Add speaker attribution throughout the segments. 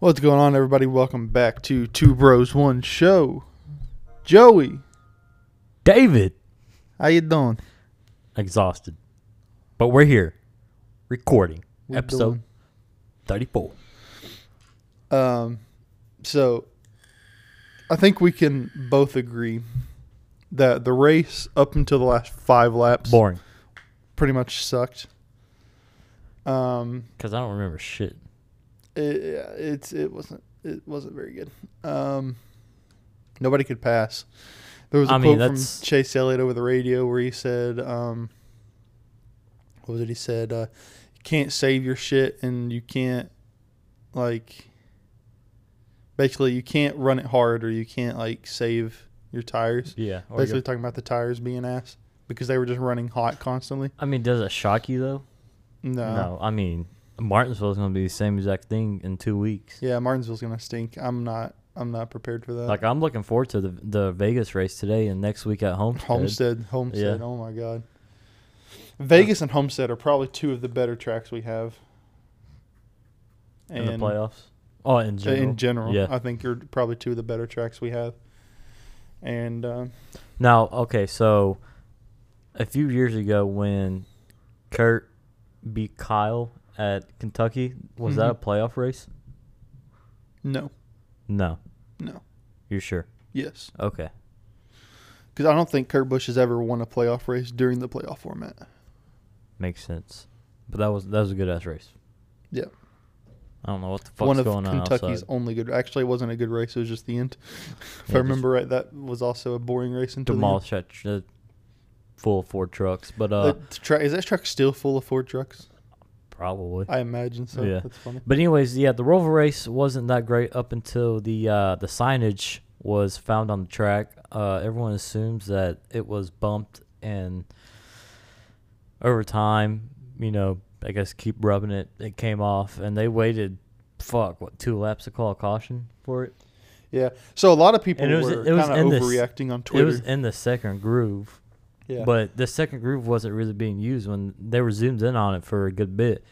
Speaker 1: What's going on, everybody? Welcome back to Two Bros One Show. Joey,
Speaker 2: David,
Speaker 1: how you doing?
Speaker 2: exhausted, but we're here, recording
Speaker 1: We're
Speaker 2: episode thirty-four.
Speaker 1: doing- Um, so I think we can both agree that the race up until the last five laps
Speaker 2: Boring,
Speaker 1: pretty much sucked. Um,
Speaker 2: because I don't remember shit.
Speaker 1: it, it's it wasn't it wasn't very good. Um, nobody could pass. There was a
Speaker 2: I mean,
Speaker 1: quote
Speaker 2: that's-
Speaker 1: from Chase Elliott over the radio where he said, um, "What was it?" He said, uh, "You can't save your shit, and you can't like basically you can't run it hard, or you can't like save your tires."
Speaker 2: Oh, Yeah, or
Speaker 1: Basically,
Speaker 2: you,
Speaker 1: talking about the tires being ass because they were just running hot constantly.
Speaker 2: I mean, does it shock you though? no, I mean Martinsville's going to be the same exact thing in two weeks.
Speaker 1: Yeah, Martinsville's gonna stink. I'm not. I'm not prepared for that.
Speaker 2: Like I'm looking forward to the the Vegas race today and next week at Homestead.
Speaker 1: Homestead, Homestead.
Speaker 2: Yeah.
Speaker 1: Oh my God. Vegas and Homestead are probably two of the better tracks we have.
Speaker 2: in the
Speaker 1: And,
Speaker 2: playoffs. Oh, in
Speaker 1: uh,
Speaker 2: general.
Speaker 1: in general,
Speaker 2: yeah.
Speaker 1: I think you're probably two of the better tracks we have. And um
Speaker 2: Now, okay, so a few years ago when Kurt beat Kyle at Kentucky, was that a
Speaker 1: Mhm.
Speaker 2: playoff race?
Speaker 1: no,
Speaker 2: No.
Speaker 1: no,
Speaker 2: You're sure?
Speaker 1: yes,
Speaker 2: Okay.
Speaker 1: because I don't think Kurt Busch has ever won a playoff race during the playoff format.
Speaker 2: Makes sense. But that was that was a good ass race.
Speaker 1: Yeah,
Speaker 2: I don't know what the fuck's
Speaker 1: one of
Speaker 2: going on
Speaker 1: Kentucky's
Speaker 2: outside.
Speaker 1: only good. Actually, it wasn't a good race. It was just the end. if
Speaker 2: Yeah,
Speaker 1: I
Speaker 2: just
Speaker 1: remember right, that was also a boring race. Until the, end.
Speaker 2: Demolished that tr- full of four trucks, but uh
Speaker 1: The tra- is that truck still full of Ford trucks?
Speaker 2: probably.
Speaker 1: I imagine so.
Speaker 2: Yeah.
Speaker 1: that's funny.
Speaker 2: But anyways, yeah, the Rover race wasn't that great up until the uh, the signage was found on the track. Uh, everyone assumes that it was bumped and over time, you know, I guess keep rubbing it, it came off, and they waited, fuck, what two laps to call a caution for it.
Speaker 1: Yeah. So a lot of people
Speaker 2: And it was-
Speaker 1: were
Speaker 2: it was
Speaker 1: kind
Speaker 2: in
Speaker 1: of
Speaker 2: this-
Speaker 1: overreacting on Twitter.
Speaker 2: It was in the second groove,
Speaker 1: yeah.
Speaker 2: but the second groove wasn't really being used when they were zoomed in on it for a good bit,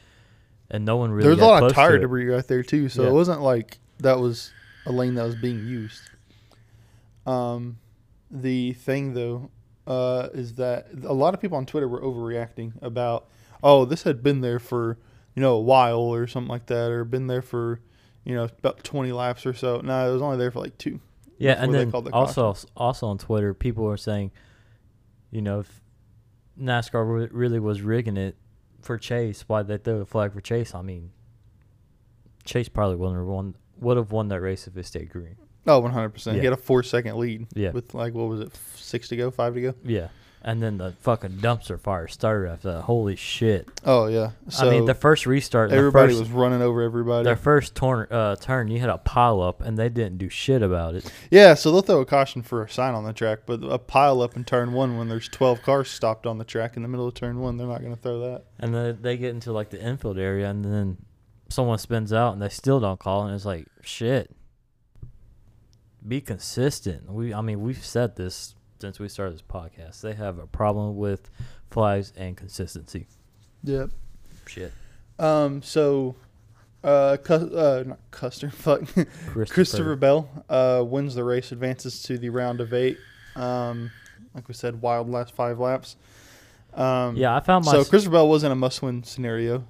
Speaker 2: and no one really.
Speaker 1: there's a
Speaker 2: got
Speaker 1: lot of
Speaker 2: close to
Speaker 1: tire
Speaker 2: it.
Speaker 1: debris out there too, so
Speaker 2: Yeah.
Speaker 1: it wasn't like that was a lane that was being used. Um, the thing though, uh, is that a lot of people on Twitter were overreacting about, oh, this had been there for you know a while or something like that, or been there for you know about 20 laps or so. No, it was only there for like two.
Speaker 2: Yeah, and
Speaker 1: before they
Speaker 2: then
Speaker 1: called the
Speaker 2: also also on Twitter, people are saying, you know, if NASCAR re- really was rigging it for Chase, why they throw a flag for Chase? I mean, Chase probably wouldn't have won would have won that race if it stayed green.
Speaker 1: Oh, 100. percent He
Speaker 2: Yeah.
Speaker 1: had a four second lead.
Speaker 2: Yeah.
Speaker 1: With like what was it, f- six to go, five to go.
Speaker 2: Yeah, and then the fucking dumpster fire started after that. Holy shit!
Speaker 1: Oh yeah. So
Speaker 2: I mean, the first restart, and
Speaker 1: everybody
Speaker 2: the
Speaker 1: was
Speaker 2: first,
Speaker 1: running over everybody.
Speaker 2: their first turn uh, turn, you had a pile up, and they didn't do shit about it.
Speaker 1: yeah, so they'll throw a caution for a sign on the track, but a pile up in turn one when there's 12 cars stopped on the track in the middle of turn one, they're not going to throw that.
Speaker 2: And then they get into like the infield area, and then someone spins out, and they still don't call, and it's like shit. Be consistent. We, I mean, we've said this since we started this podcast. They have a problem with flags and consistency.
Speaker 1: Yep.
Speaker 2: Shit,
Speaker 1: Um. So, uh, Cus- uh not Custer, fuck,
Speaker 2: Christopher.
Speaker 1: Christopher Bell uh, wins the race, advances to the round of eight. Um, like we said, wild last five laps. Um,
Speaker 2: Yeah, I found my.
Speaker 1: So Christopher Bell was in a must-win scenario.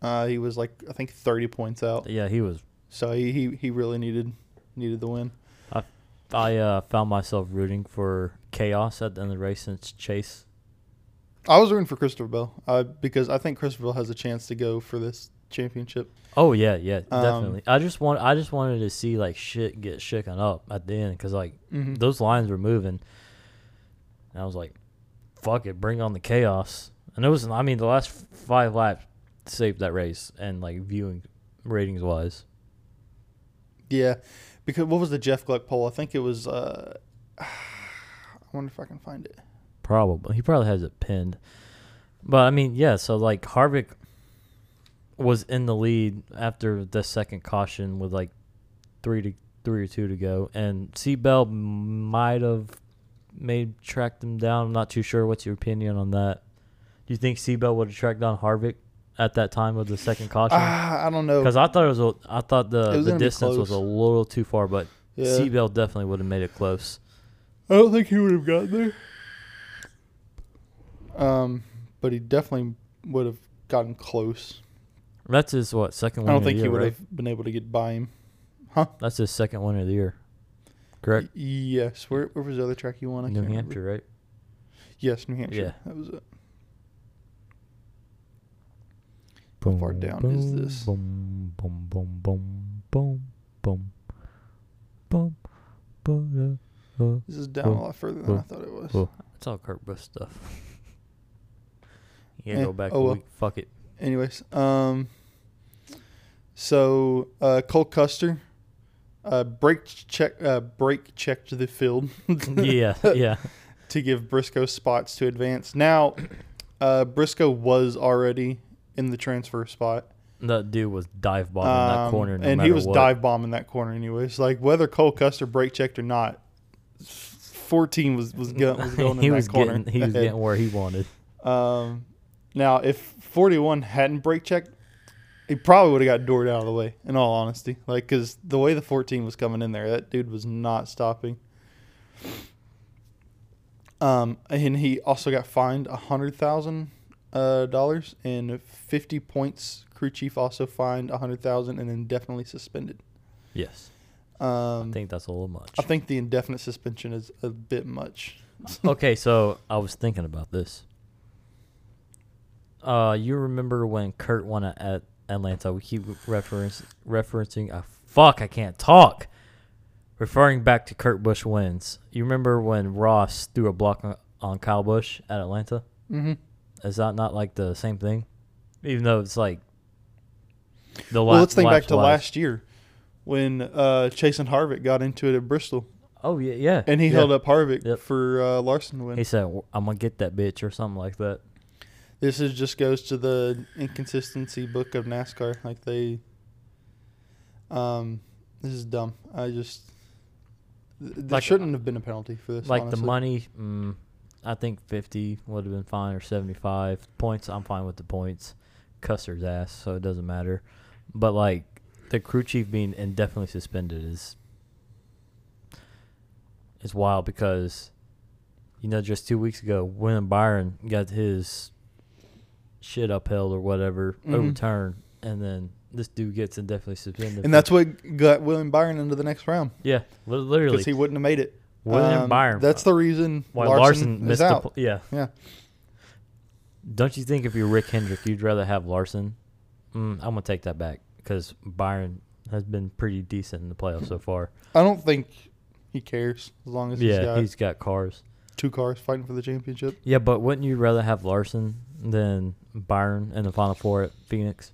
Speaker 1: Uh, he was like I think 30 points out,
Speaker 2: yeah, he was.
Speaker 1: so he he, he really needed needed the win.
Speaker 2: I uh, found myself rooting for chaos at the end of the race since Chase.
Speaker 1: I was rooting for Christopher Bell uh, because I think Christopher Bell has a chance to go for this championship.
Speaker 2: Oh yeah, yeah,
Speaker 1: Um,
Speaker 2: definitely. I just want, I just wanted to see like shit get shaken up at the end because like
Speaker 1: Mm-hmm.
Speaker 2: those lines were moving. And I was like, fuck it, bring on the chaos. And it was, I mean, the last f- five laps saved that race and like viewing ratings wise.
Speaker 1: Yeah, because what was the Jeff Gluck poll? I think it was. Uh, I wonder if I can find it.
Speaker 2: Probably. He probably has it pinned. But I mean, yeah, so like Harvick was in the lead after the second caution with like three to three or two to go. And Seabell might have made tracked him down. I'm not too sure. What's your opinion on that? Do you think Seabell would have tracked down Harvick at that time of the second caution?
Speaker 1: Ah, I don't know.
Speaker 2: Because I thought it was a, I thought
Speaker 1: It
Speaker 2: the,
Speaker 1: was
Speaker 2: the
Speaker 1: gonna be
Speaker 2: distance was a
Speaker 1: close.
Speaker 2: little too far, but
Speaker 1: Yeah.
Speaker 2: Seatbelt definitely would have made it close.
Speaker 1: I don't think he would have gotten there. Um, but he definitely would have gotten close.
Speaker 2: That's his what second
Speaker 1: I
Speaker 2: win.
Speaker 1: don't
Speaker 2: of the
Speaker 1: think he
Speaker 2: year,
Speaker 1: would
Speaker 2: right?
Speaker 1: have been able to get by him.
Speaker 2: That's his second win of the year. Correct.
Speaker 1: Y- Yes. Where, where was the other track you won? I
Speaker 2: New
Speaker 1: can't
Speaker 2: Hampshire,
Speaker 1: remember.
Speaker 2: right?
Speaker 1: Yes, New Hampshire.
Speaker 2: Yeah.
Speaker 1: That was it.
Speaker 2: Boom,
Speaker 1: far down is this?
Speaker 2: Boom, boom, boom, boom, boom, boom, boom, boom. uh, uh.
Speaker 1: This is down a
Speaker 2: Whoa,
Speaker 1: lot further than
Speaker 2: whoa,
Speaker 1: I thought it was.
Speaker 2: whoa. It's all Kurt Busch stuff. yeah,
Speaker 1: Eh,
Speaker 2: go back
Speaker 1: oh
Speaker 2: a
Speaker 1: well.
Speaker 2: week. Fuck it.
Speaker 1: Anyways, um, so uh, Cole Custer uh, brake check uh, brake checked the field
Speaker 2: yeah, yeah.
Speaker 1: to give Briscoe spots to advance. Now, uh, Briscoe was already in the transfer spot,
Speaker 2: That dude was dive bombing
Speaker 1: Um,
Speaker 2: that corner, no
Speaker 1: and he
Speaker 2: matter
Speaker 1: was
Speaker 2: what.
Speaker 1: dive bombing that corner anyways. Like whether Cole Custer brake checked or not, fourteen was was, go, was going
Speaker 2: he
Speaker 1: in
Speaker 2: was
Speaker 1: that corner.
Speaker 2: getting he was getting where he wanted.
Speaker 1: Um, now, if 41 hadn't brake checked, he probably would have got doored out of the way. In all honesty, like because the way the 14 was coming in there, that dude was not stopping. Um, and he also got fined a hundred thousand uh, dollars and 50 points. Crew chief also fined a hundred thousand and indefinitely suspended.
Speaker 2: Yes,
Speaker 1: Um,
Speaker 2: I think that's a little much.
Speaker 1: I think the indefinite suspension is a bit much.
Speaker 2: okay, so I was thinking about this. Uh, you remember when Kurt won at- at Atlanta? We keep reference referencing. Uh, fuck, I can't talk. Referring back to Kurt Busch wins. You remember when Ross threw a block on, on Kyle Busch at Atlanta?
Speaker 1: Mm-hmm.
Speaker 2: Is that not like the same thing? Even though it's like the
Speaker 1: Well,
Speaker 2: la-
Speaker 1: let's think back
Speaker 2: laps
Speaker 1: to
Speaker 2: last-
Speaker 1: last year when uh, Chase and Harvick got into it at Bristol,
Speaker 2: Oh yeah, yeah.
Speaker 1: and he
Speaker 2: yeah.
Speaker 1: held up Harvick
Speaker 2: Yep.
Speaker 1: for uh, Larson to win.
Speaker 2: He said, "W- "I'm gonna get that bitch" or something like that.
Speaker 1: this is just goes to the inconsistency book of NASCAR. Like they, um, this is dumb. I just th- there
Speaker 2: Like,
Speaker 1: shouldn't have been a penalty for this.
Speaker 2: like the
Speaker 1: honestly.
Speaker 2: money, mm, I think 50 would have been fine or 75 points. I'm fine with the points. Custer's ass, so it doesn't matter. But like the crew chief being indefinitely suspended is is wild because you know just two weeks ago when Byron got his shit upheld or whatever
Speaker 1: Mhm.
Speaker 2: overturned, and then this dude gets indefinitely suspended. for-
Speaker 1: and that's what got William Byron into the next round
Speaker 2: yeah, li- literally
Speaker 1: because he wouldn't have made it.
Speaker 2: William
Speaker 1: Um,
Speaker 2: Byron.
Speaker 1: That's the reason
Speaker 2: why
Speaker 1: Larson,
Speaker 2: Larson
Speaker 1: is
Speaker 2: missed
Speaker 1: out.
Speaker 2: the po- yeah.
Speaker 1: yeah.
Speaker 2: Don't you think if you're Rick Hendrick, you'd rather have Larson? Mm, I'm gonna take that back because Byron has been pretty decent in the playoffs so far.
Speaker 1: I don't think he cares as long as he's
Speaker 2: yeah,
Speaker 1: got
Speaker 2: he's got cars.
Speaker 1: two cars fighting for the championship.
Speaker 2: Yeah, but wouldn't you rather have Larson than Byron in the final four at Phoenix?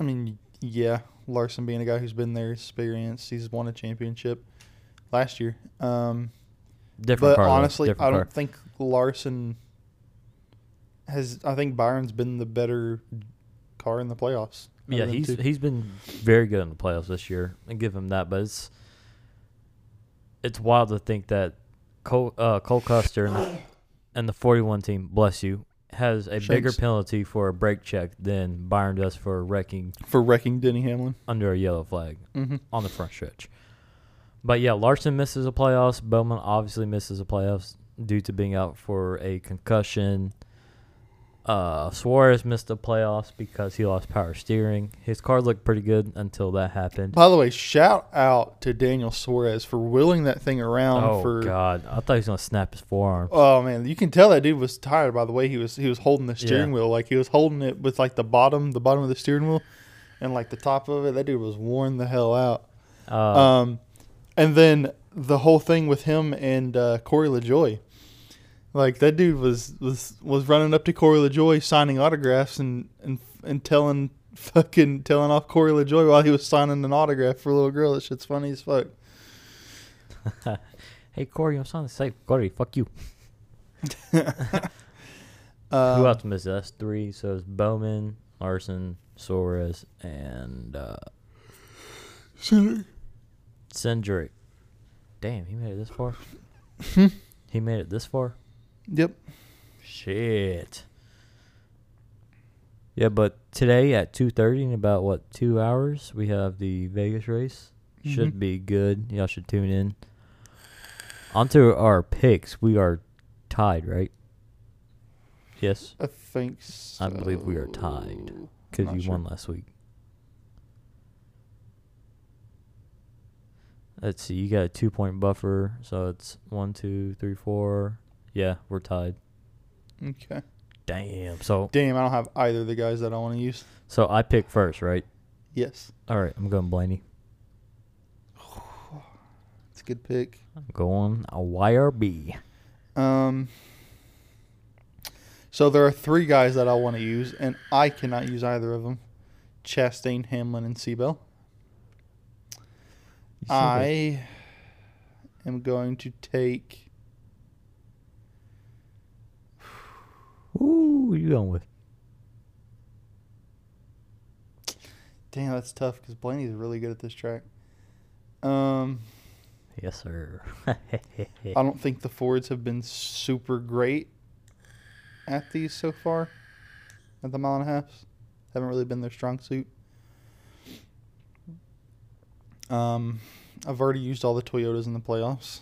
Speaker 1: I mean, yeah, Larson being a guy who's been there, experienced, he's won a championship last year. Um,
Speaker 2: Different
Speaker 1: but
Speaker 2: car. though,
Speaker 1: honestly,
Speaker 2: different
Speaker 1: I don't
Speaker 2: car.
Speaker 1: think Larson has. I think Byron's been the better car in the playoffs.
Speaker 2: Yeah,
Speaker 1: Other than
Speaker 2: he's
Speaker 1: two.
Speaker 2: he's been very good in the playoffs this year. I give him that, but it's it's wild to think that Cole uh, Cole Custer and the, and the forty one team, bless you, has a bigger
Speaker 1: Shanks.
Speaker 2: penalty for a brake check than Byron does for wrecking
Speaker 1: for wrecking Denny Hamlin.
Speaker 2: under a yellow flag
Speaker 1: Mm-hmm.
Speaker 2: on the front stretch. But yeah, Larson misses the playoffs. Bowman obviously misses the playoffs due to being out for a concussion. Uh, Suarez missed the playoffs because he lost power steering. His car looked pretty good until that happened.
Speaker 1: By the way, shout out to Daniel Suarez for wheeling that thing around
Speaker 2: oh
Speaker 1: for.
Speaker 2: God! I thought he was gonna snap his forearm.
Speaker 1: Oh man, you can tell that dude was tired by the way he was he was holding the
Speaker 2: Yeah.
Speaker 1: steering wheel. Like he was holding it with like the bottom the bottom of the steering wheel and like the top of it. That dude was worn the hell out.
Speaker 2: Uh,
Speaker 1: Um and then the whole thing with him and uh Corey LaJoy. Like that dude was was was running up to Corey LaJoy signing autographs and and and telling fucking telling off Corey LaJoy while he was signing an autograph for a little girl. That shit's funny as fuck.
Speaker 2: hey Corey, I'm trying to say Corey, fuck you.
Speaker 1: Um,
Speaker 2: Who
Speaker 1: Uh,
Speaker 2: else missed? it? That's three. So it's Bowman, Larson, Suarez, and uh, Cindric. Damn, he made it this far. he made it this far.
Speaker 1: Yep.
Speaker 2: Shit. Yeah, but today at two thirty in about what two hours we have the Vegas race. Should
Speaker 1: Mhm.
Speaker 2: be good. Y'all should tune in. Onto our picks. We are tied, right? Yes,
Speaker 1: I think so.
Speaker 2: I believe we are tied. because
Speaker 1: Not
Speaker 2: you
Speaker 1: sure.
Speaker 2: won last week. Let's see. You got a two point buffer, so it's one, two, three, four. Yeah, we're tied.
Speaker 1: Okay.
Speaker 2: Damn. So
Speaker 1: Damn, I don't have either of the guys that I want to use.
Speaker 2: so I pick first, right?
Speaker 1: Yes.
Speaker 2: All right, I'm going Blaney.
Speaker 1: It's a good pick.
Speaker 2: I'm going a YRB.
Speaker 1: Um, so there are three guys that I want to use, and I cannot use either of them Chastain, Hamlin, and Seabell. I am going to take.
Speaker 2: Ooh, you going with?
Speaker 1: Damn, that's tough because Blaney's really good at this track. Um,
Speaker 2: Yes, sir.
Speaker 1: I don't think the Fords have been super great at these so far, at the mile and a half. Haven't really been their strong suit. Um, I've already used all the Toyotas in the playoffs.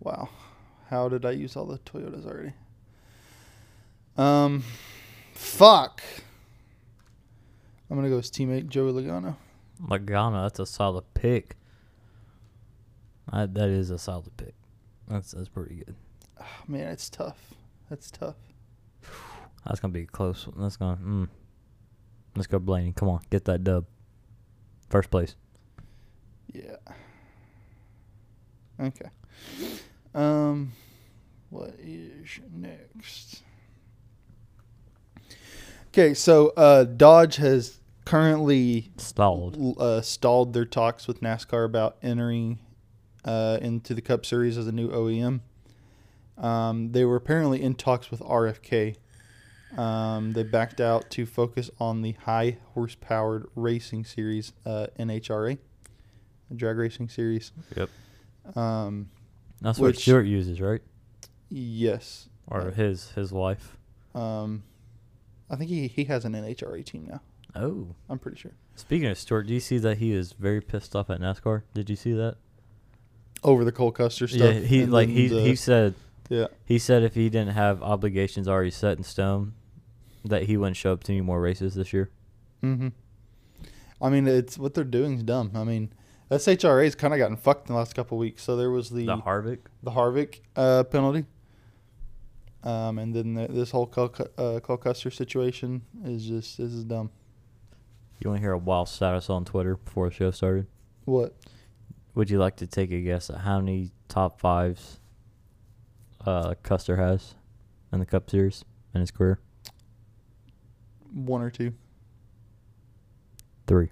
Speaker 1: Wow, how did I use all the Toyotas already? Um, fuck. I'm gonna go with his teammate Joey Logano.
Speaker 2: Logano, that's a solid pick. I, that is a solid pick. That's that's pretty good.
Speaker 1: Oh, man, it's tough. That's tough.
Speaker 2: That's gonna be a close. One. That's gonna. Mm. Let's go, Blaney. Come on, get that dub. First place.
Speaker 1: Yeah. Okay. Um, what is next? Okay, so uh, Dodge has currently
Speaker 2: Stalled.
Speaker 1: l- uh, stalled their talks with NASCAR about entering uh, into the Cup Series as a new OEM. Um, they were apparently in talks with RFK. Um, they backed out to focus on the high horsepowered racing series, uh, NHRA, the drag racing series.
Speaker 2: Yep.
Speaker 1: Um,
Speaker 2: That's what
Speaker 1: which- Uh,
Speaker 2: Stewart uses, right?
Speaker 1: yes.
Speaker 2: Or his his wife.
Speaker 1: Um, I think he, he has an NHRA team now.
Speaker 2: Oh.
Speaker 1: I'm pretty sure.
Speaker 2: Speaking of Stewart, do you see that he is very pissed off at NASCAR? Did you see that?
Speaker 1: Over the Cole Custer stuff.
Speaker 2: Yeah. He
Speaker 1: and
Speaker 2: like
Speaker 1: then
Speaker 2: he
Speaker 1: the-
Speaker 2: he said
Speaker 1: yeah.
Speaker 2: he said if he didn't have obligations already set in stone, that he wouldn't show up to any more races this year.
Speaker 1: Mm-hmm. I mean, it's what they're doing is dumb. I mean, SHRA's kind of gotten fucked in the last couple of weeks. So there was the
Speaker 2: The
Speaker 1: the,
Speaker 2: Harvick.
Speaker 1: Harvick uh, penalty, um, and then the, this whole Cole, Cu- uh, Cole Custer situation is just this is dumb.
Speaker 2: You want to hear a wild status on Twitter before the show started?
Speaker 1: What?
Speaker 2: Would you like to take a guess at how many top fives uh, Custer has in the Cup Series in his career?
Speaker 1: One or two?
Speaker 2: Three.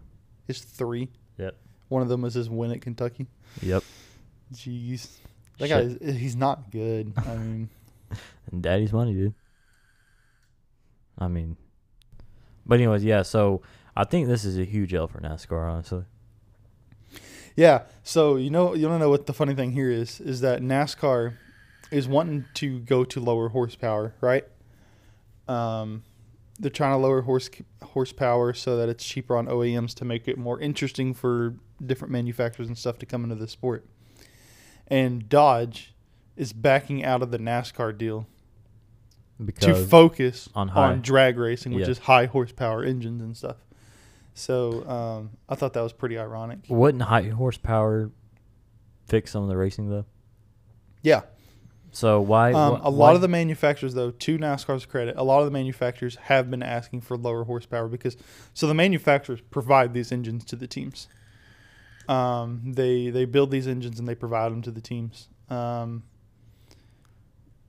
Speaker 1: It's three.
Speaker 2: Yep.
Speaker 1: One of them was his win at Kentucky.
Speaker 2: Yep.
Speaker 1: Jeez, that guy
Speaker 2: Shit.
Speaker 1: is, he's not good. I mean,
Speaker 2: And daddy's money, dude. I mean, but anyways, yeah. So I think this is a huge L for NASCAR, honestly.
Speaker 1: Yeah. So you know you don't know what the funny thing here is is that NASCAR is wanting to go to lower horsepower, right? Um, they're trying to lower horse horsepower so that it's cheaper on OEMs to make it more interesting for different manufacturers and stuff to come into the sport. And Dodge is backing out of the NASCAR deal to
Speaker 2: Because
Speaker 1: focus
Speaker 2: on
Speaker 1: on,
Speaker 2: high.
Speaker 1: drag racing, which
Speaker 2: Yeah.
Speaker 1: is high horsepower engines and stuff. So um, I thought that was pretty ironic.
Speaker 2: wouldn't high horsepower fix some of the racing though?
Speaker 1: Yeah.
Speaker 2: So why?
Speaker 1: Um,
Speaker 2: wh-
Speaker 1: a lot
Speaker 2: why-
Speaker 1: of the manufacturers, though, to NASCAR's credit, a lot of the manufacturers have been asking for lower horsepower because so the manufacturers provide these engines to the teams. Um, they they build these engines and they provide them to the teams. Um,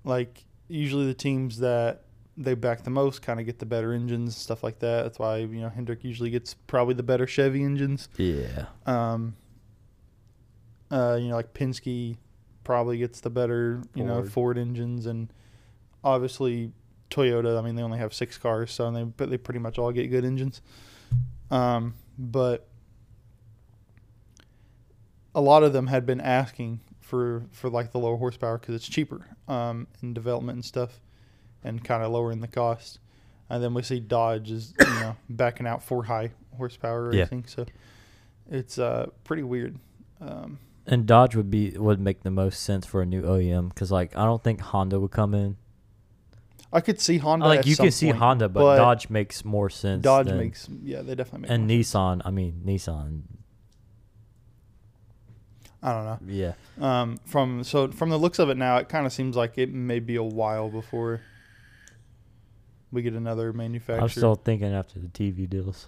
Speaker 1: like usually the teams that they back the most kind of get the better engines stuff like that. That's why you know Hendrick usually gets probably the better Chevy engines
Speaker 2: yeah.
Speaker 1: um, uh, you know, like Penske probably gets the better, you know,
Speaker 2: Ford.
Speaker 1: Ford engines, and obviously Toyota. I mean, they only have six cars, so they but they pretty much all get good engines. Um, but a lot of them had been asking for for like the lower horsepower because it's cheaper um, in development and stuff, and kind of lowering the cost. and then we see Dodge is you know backing out for high horsepower
Speaker 2: Yeah.
Speaker 1: racing. So it's uh, pretty weird. Um,
Speaker 2: And Dodge would be would make the most sense for a new OEM because like I don't think Honda would come in.
Speaker 1: I could see Honda.
Speaker 2: like
Speaker 1: at
Speaker 2: you
Speaker 1: some
Speaker 2: can see
Speaker 1: point,
Speaker 2: Honda, but, Dodge makes more sense.
Speaker 1: Dodge
Speaker 2: than-
Speaker 1: makes yeah, they definitely make.
Speaker 2: and
Speaker 1: more-
Speaker 2: Nissan. I mean Nissan.
Speaker 1: I don't know.
Speaker 2: Yeah,
Speaker 1: Um, from so from the looks of it now, it kind of seems like it may be a while before we get another manufacturer.
Speaker 2: I'm still thinking after the TV deals.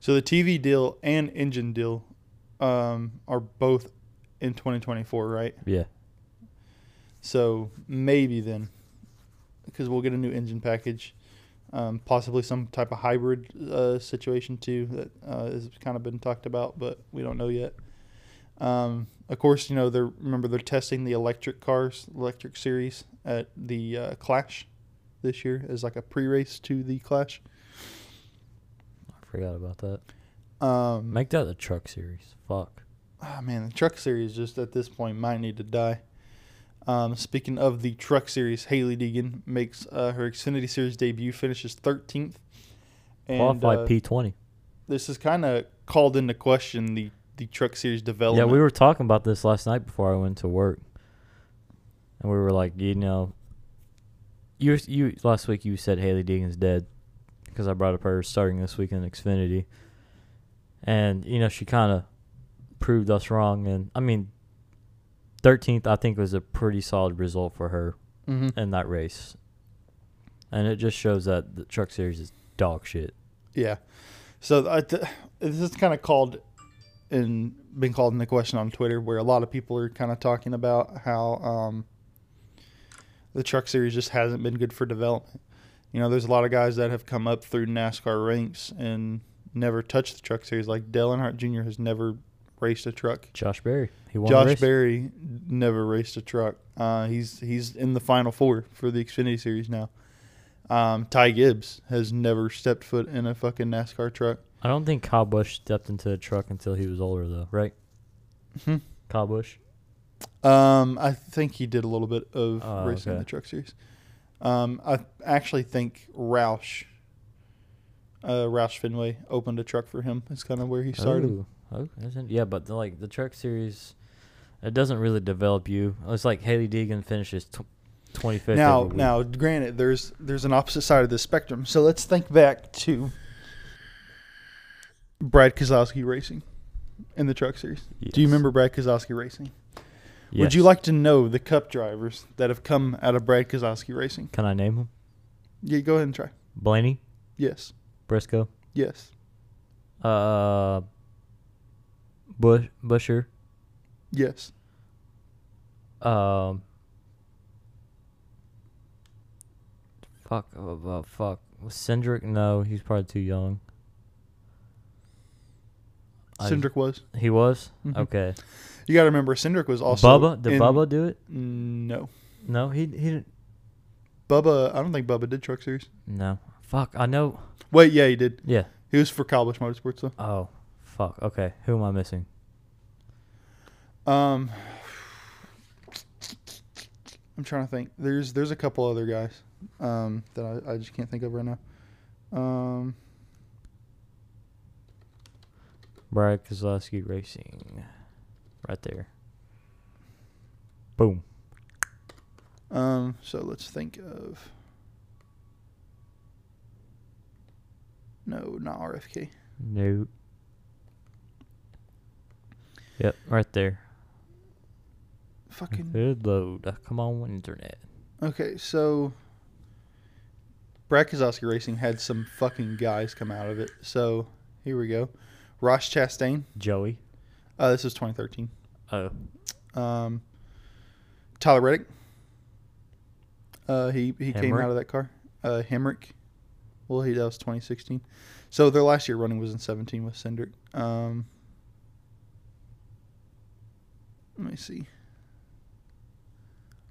Speaker 1: so the TV deal and engine deal um, are both in 2024, right?
Speaker 2: Yeah,
Speaker 1: So maybe then, because we'll get a new engine package, um, possibly some type of hybrid uh, situation too that uh, has kind of been talked about, but we don't know yet. Um, of course, you know they're remember they're testing the electric cars, electric series at the uh, Clash this year as like a pre-race to the Clash.
Speaker 2: I forgot about that.
Speaker 1: Um,
Speaker 2: Make that the truck series. Fuck.
Speaker 1: Oh man, the truck series just at this point might need to die. Um, speaking of the truck series, Haley Deegan makes uh, her Xfinity Series debut, finishes 13th. And
Speaker 2: Qualify
Speaker 1: uh,
Speaker 2: P20.
Speaker 1: this is kind of called into question the, the truck series
Speaker 2: Yeah,
Speaker 1: development.
Speaker 2: we were talking about this last night before I went to work, and we were like, you know, you you last week you said Haley Deegan's dead because I brought up her starting this week in Xfinity, and you know she kind of proved us wrong, and I mean, thirteenth I think was a pretty solid result for her
Speaker 1: hmm
Speaker 2: in that race, and it just shows that the Truck Series is dog shit.
Speaker 1: Yeah. So I th- this is kind of called and been called into question on Twitter, where a lot of people are kind of talking about how um, the truck series just hasn't been good for development. You know, there's a lot of guys that have come up through NASCAR ranks and never touched the truck series. Like Dale Earnhardt Jr. has never raced a truck.
Speaker 2: Josh Berry, he won the
Speaker 1: Josh
Speaker 2: race.
Speaker 1: Berry never raced a truck. Uh, he's he's in the final four for the Xfinity Series now. Um, Ty Gibbs has never stepped foot in a fucking NASCAR truck.
Speaker 2: I don't think Kyle Busch stepped into a truck until he was older, though, right?
Speaker 1: Hmm.
Speaker 2: Kyle Busch.
Speaker 1: Um, I think he did a little bit of
Speaker 2: Oh,
Speaker 1: racing in
Speaker 2: okay.
Speaker 1: the truck series. Um, I actually think Roush, uh, Roush Fenway opened a truck for him. It's kind of where he started.
Speaker 2: Oh, oh, isn't yeah, but the, like the truck series, it doesn't really develop you. It's like Haley Deegan finishes twenty fifth.
Speaker 1: now, now, granted, there's there's an opposite side of the spectrum. So let's think back to Brad Kozlowski racing in the truck series. Do you remember Brad Kozlowski racing? Would you like to know the Cup drivers that have come out of Brad Kozlowski racing?
Speaker 2: Can I name him?
Speaker 1: Yeah, go ahead and try.
Speaker 2: Blaney,
Speaker 1: Yes,
Speaker 2: Briscoe,
Speaker 1: yes,
Speaker 2: uh, Bush, Busher,
Speaker 1: yes.
Speaker 2: um, fuck, oh, oh, fuck, Was Cindric. No, he's probably too young. I-
Speaker 1: Cindric was.
Speaker 2: He was
Speaker 1: Mhm.
Speaker 2: okay.
Speaker 1: You got to remember, Cindric was also
Speaker 2: Bubba, did
Speaker 1: in-
Speaker 2: Bubba do it?
Speaker 1: No,
Speaker 2: No, he he didn't.
Speaker 1: Bubba. I don't think Bubba did truck series.
Speaker 2: No, fuck, I know.
Speaker 1: Wait, yeah, he did.
Speaker 2: Yeah.
Speaker 1: He was for Kyle Busch Motorsports though.
Speaker 2: Oh, fuck. Okay, who am I missing?
Speaker 1: Um, I'm trying to think. There's there's a couple other guys um, that I, I just can't think of right now. Um,
Speaker 2: Brad Kozlowski Racing, right there. Boom.
Speaker 1: um, so let's think of. No, not RFK.
Speaker 2: Nope. Yep, right there.
Speaker 1: Fucking
Speaker 2: Good load. uh, Come on, internet.
Speaker 1: okay. So Brad Keselowski Racing had some fucking guys come out of it. So here we go. Ross Chastain.
Speaker 2: Joey.
Speaker 1: Uh, this is 2013.
Speaker 2: Oh,
Speaker 1: Um, Tyler Reddick. Uh, he he came
Speaker 2: Hemrick?
Speaker 1: out of that car. Uh, Hemrick. Well, he that was 2016. So their last year running was in 17 with Cindric. Um, let me see.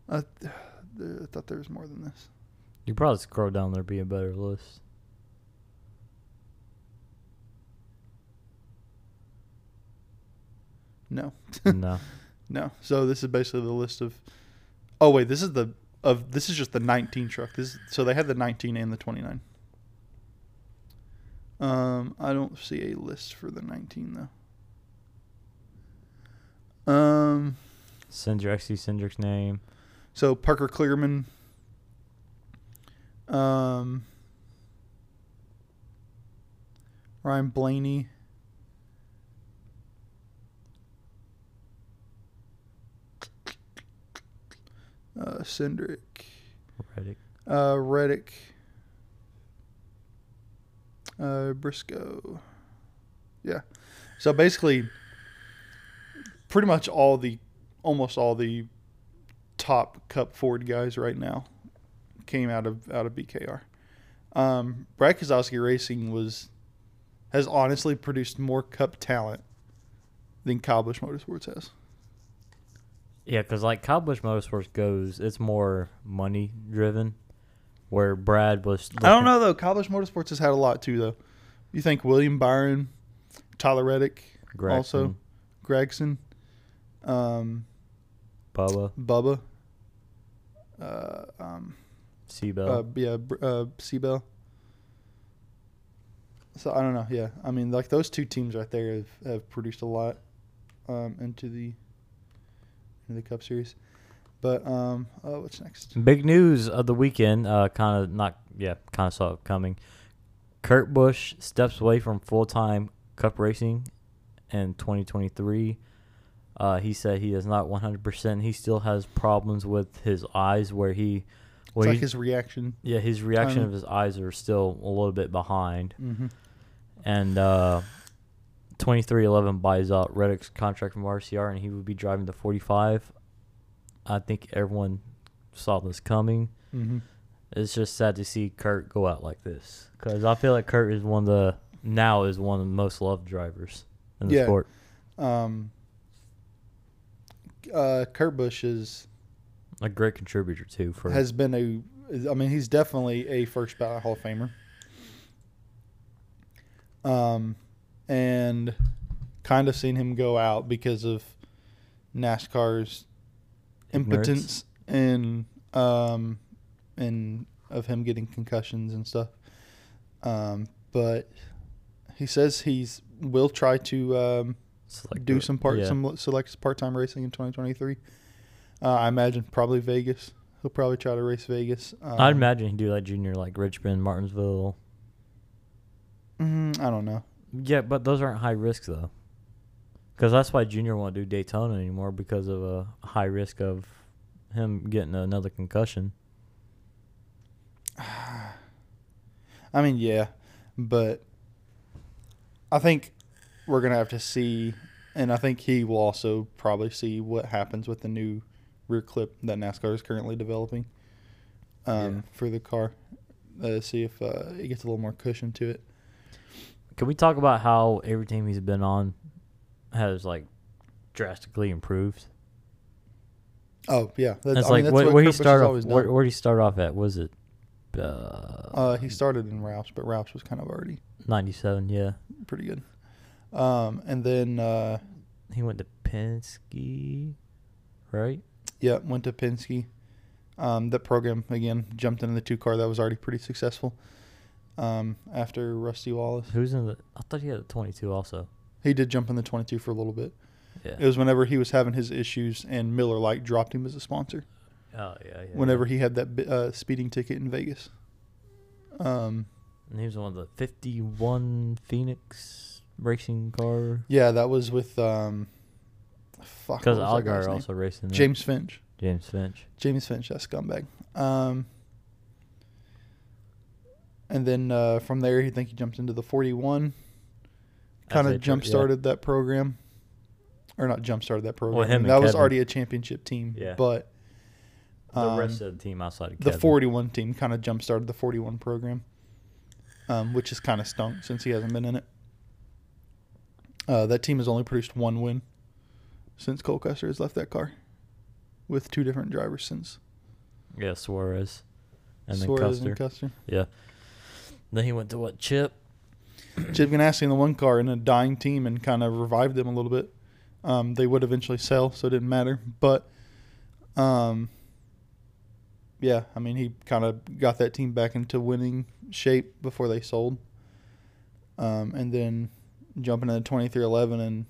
Speaker 1: I, th- I thought there was more than this.
Speaker 2: you probably scroll down there be a better list.
Speaker 1: No.
Speaker 2: no.
Speaker 1: No. So this is basically the list of. Oh wait, this is the of this is just the 19 truck. This so they had the 19 and the 29. Um, I don't see a list for the 19 though. Um,
Speaker 2: Cindric, see Cindric's name.
Speaker 1: so Parker Clearman. Um, Ryan Blaney. Uh, Cindric.
Speaker 2: Reddick.
Speaker 1: Uh, Reddick. Uh, Briscoe. Yeah. So basically, pretty much all the, almost all the top cup forward guys right now came out of out of BKR. Um, Brad Keselowski Racing was has honestly produced more cup talent than Kyle Busch Motorsports has.
Speaker 2: Yeah, because like Kyle Busch Motorsports goes, it's more money driven. Where Brad was.
Speaker 1: I don't
Speaker 2: looking-
Speaker 1: know though. Kyle Busch Motorsports has had a lot too though. You think William Byron, Tyler Reddick, also Gregson,
Speaker 2: Gregson,
Speaker 1: um,
Speaker 2: Bubba,
Speaker 1: Bubba, uh, um,
Speaker 2: Seabell.
Speaker 1: uh, yeah, Br- uh, Seabell. So I don't know. Yeah, I mean, like those two teams right there have, have produced a lot um, into the into the Cup Series. But um, oh, what's next?
Speaker 2: Big news of the weekend, uh, kind of not, yeah, kind of saw it coming. Kurt Busch steps away from full time cup racing in 2023. Uh, he said he is not 100%. He still has problems with his eyes where he.
Speaker 1: It's
Speaker 2: Well,
Speaker 1: like
Speaker 2: he-
Speaker 1: his reaction.
Speaker 2: yeah, his reaction
Speaker 1: timing.
Speaker 2: of his eyes are still a little bit behind.
Speaker 1: Mm-hmm.
Speaker 2: And uh, 2311 buys out Reddick's contract from RCR, and he would be driving the 45. I think everyone saw this coming.
Speaker 1: Mm-hmm.
Speaker 2: It's just sad to see Kurt go out like this because I feel like Kurt is one of the now is one of the most loved drivers in the
Speaker 1: Yeah.
Speaker 2: sport.
Speaker 1: Um, uh, Kurt Busch is
Speaker 2: A great contributor too for
Speaker 1: has been a. I mean, he's definitely a first ballot Hall of Famer. Um, and kind of seen him go out because of NASCAR's
Speaker 2: ignorance.
Speaker 1: impotence and um and of him getting concussions and stuff. Um, but he says he's will try to um
Speaker 2: It's like
Speaker 1: do
Speaker 2: the-
Speaker 1: some part
Speaker 2: yeah.
Speaker 1: some select part time racing in 2023. Uh, I imagine probably Vegas. He'll probably try to race Vegas. Um,
Speaker 2: I'd imagine he'd do like junior like Richmond, Martinsville.
Speaker 1: mm, I don't know.
Speaker 2: Yeah, but those aren't high risk though, because that's why junior won't do Daytona anymore because of a high risk of him getting another concussion.
Speaker 1: I mean, yeah, but I think we're gonna have to see, and I think he will also probably see what happens with the new rear clip that NASCAR is currently developing um,
Speaker 2: Yeah.
Speaker 1: for the car. Uh, see if uh, it gets a little more cushion to it.
Speaker 2: Can we talk about how every team he's been on has like drastically improved?
Speaker 1: Oh yeah, that's,
Speaker 2: That's
Speaker 1: I mean,
Speaker 2: like where,
Speaker 1: what
Speaker 2: where
Speaker 1: Kurt Busch
Speaker 2: he
Speaker 1: has
Speaker 2: started off.
Speaker 1: always
Speaker 2: Where,
Speaker 1: done.
Speaker 2: where did he start off at? Was it uh,
Speaker 1: Uh, he started in Roush, but Roush was kind of already
Speaker 2: ninety-seven? Yeah,
Speaker 1: pretty good. Um, and then uh,
Speaker 2: he went to Penske, right?
Speaker 1: yeah, went to Penske. Um, that program again jumped into the two car that was already pretty successful. Um, after Rusty Wallace,
Speaker 2: Who's in the? I thought he had a twenty-two also.
Speaker 1: he did jump in the 22 for a little bit.
Speaker 2: Yeah.
Speaker 1: It was whenever he was having his issues and Miller Lite dropped him as a sponsor.
Speaker 2: oh yeah. yeah
Speaker 1: Whenever he had that bi- uh, speeding ticket in Vegas. Um,
Speaker 2: and he was one of the fifty-one Phoenix racing car.
Speaker 1: yeah, that was with um, fuck.
Speaker 2: Because
Speaker 1: what was that guy's
Speaker 2: Algar
Speaker 1: name?
Speaker 2: also racing. there.
Speaker 1: James Finch.
Speaker 2: James Finch.
Speaker 1: James Finch, that scumbag. Um, and then uh, from there, I think he jumped into the 41. Kind of
Speaker 2: That's it, yeah.
Speaker 1: jump started that program, or not jump started that program.
Speaker 2: Well, him and
Speaker 1: that was
Speaker 2: Kevin.
Speaker 1: already a championship team.
Speaker 2: Yeah.
Speaker 1: But
Speaker 2: the rest
Speaker 1: um,
Speaker 2: of the team outside of
Speaker 1: the
Speaker 2: Kevin.
Speaker 1: 41 team kind of jump started the 41 program, um, which is kind of stunk since he hasn't been in it. Uh, that team has only produced one win since Cole Custer has left that car, with two different drivers since
Speaker 2: Yeah, Suarez. And then
Speaker 1: Suarez
Speaker 2: Custer.
Speaker 1: and Custer.
Speaker 2: yeah. Then he went to what? Chip.
Speaker 1: Chip Ganassi in the one car in a dying team and kind of revived them a little bit. Um, they would eventually sell, so it didn't matter. But, um, yeah, I mean, he kind of got that team back into winning shape before they sold. um, and then jumping into 2311 and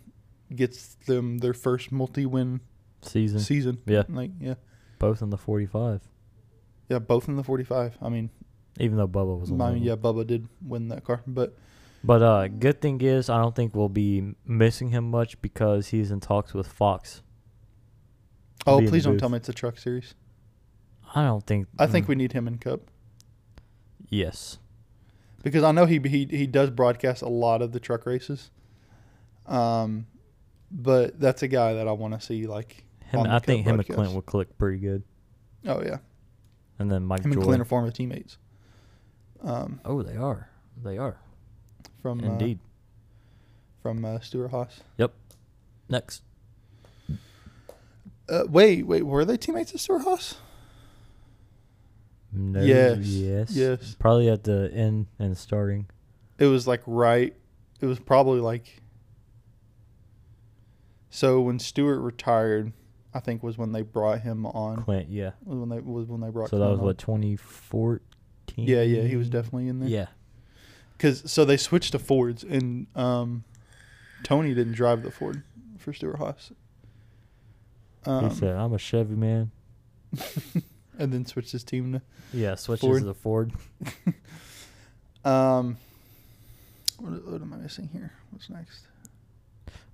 Speaker 1: gets them their first multi-win
Speaker 2: season.
Speaker 1: season.
Speaker 2: Yeah,
Speaker 1: Like, yeah,
Speaker 2: both in the 45.
Speaker 1: yeah, both in the 45. I mean,
Speaker 2: Even though Bubba was on
Speaker 1: I
Speaker 2: one.
Speaker 1: mean, yeah, Bubba did win that car, but
Speaker 2: But uh, good thing is, I don't think we'll be m- missing him much because he's in talks with Fox.
Speaker 1: oh,
Speaker 2: Be in the
Speaker 1: please don't tell
Speaker 2: booth.
Speaker 1: me it's a truck series.
Speaker 2: I don't think.
Speaker 1: I think
Speaker 2: mm,
Speaker 1: we need him in Cup
Speaker 2: Yes.
Speaker 1: because I know he he he does broadcast a lot of the truck races. Um, but that's a guy that I want to see. Like,
Speaker 2: Him,
Speaker 1: on the
Speaker 2: I think
Speaker 1: Cup
Speaker 2: him and Clint
Speaker 1: broadcast.
Speaker 2: will click pretty good.
Speaker 1: oh yeah,
Speaker 2: And then Mike
Speaker 1: him and
Speaker 2: Joy.
Speaker 1: Clint are former teammates. Um,
Speaker 2: oh, they are. They are.
Speaker 1: from uh,
Speaker 2: Indeed.
Speaker 1: from uh, Stuart Haas.
Speaker 2: Next.
Speaker 1: Uh, wait, wait, were they teammates of Stuart Haas?
Speaker 2: No,
Speaker 1: Yes,
Speaker 2: Yes.
Speaker 1: yes.
Speaker 2: Probably at the end and starting.
Speaker 1: It was like right. It was probably like. So when Stewart retired, I think was when they brought him on.
Speaker 2: Clint, yeah.
Speaker 1: Was when they was when they brought.
Speaker 2: So that
Speaker 1: Clint
Speaker 2: was
Speaker 1: on.
Speaker 2: what 2014.
Speaker 1: Yeah, yeah, he was definitely in there.
Speaker 2: Mm-hmm. Yeah.
Speaker 1: Cause so they switched to Fords and um, Tony didn't drive the Ford for Stuart Haas. Um,
Speaker 2: he said, "I'm a Chevy man."
Speaker 1: and then switched his team to
Speaker 2: Yeah, switches
Speaker 1: Ford.
Speaker 2: to the Ford.
Speaker 1: Um, what, what am I missing here? What's next?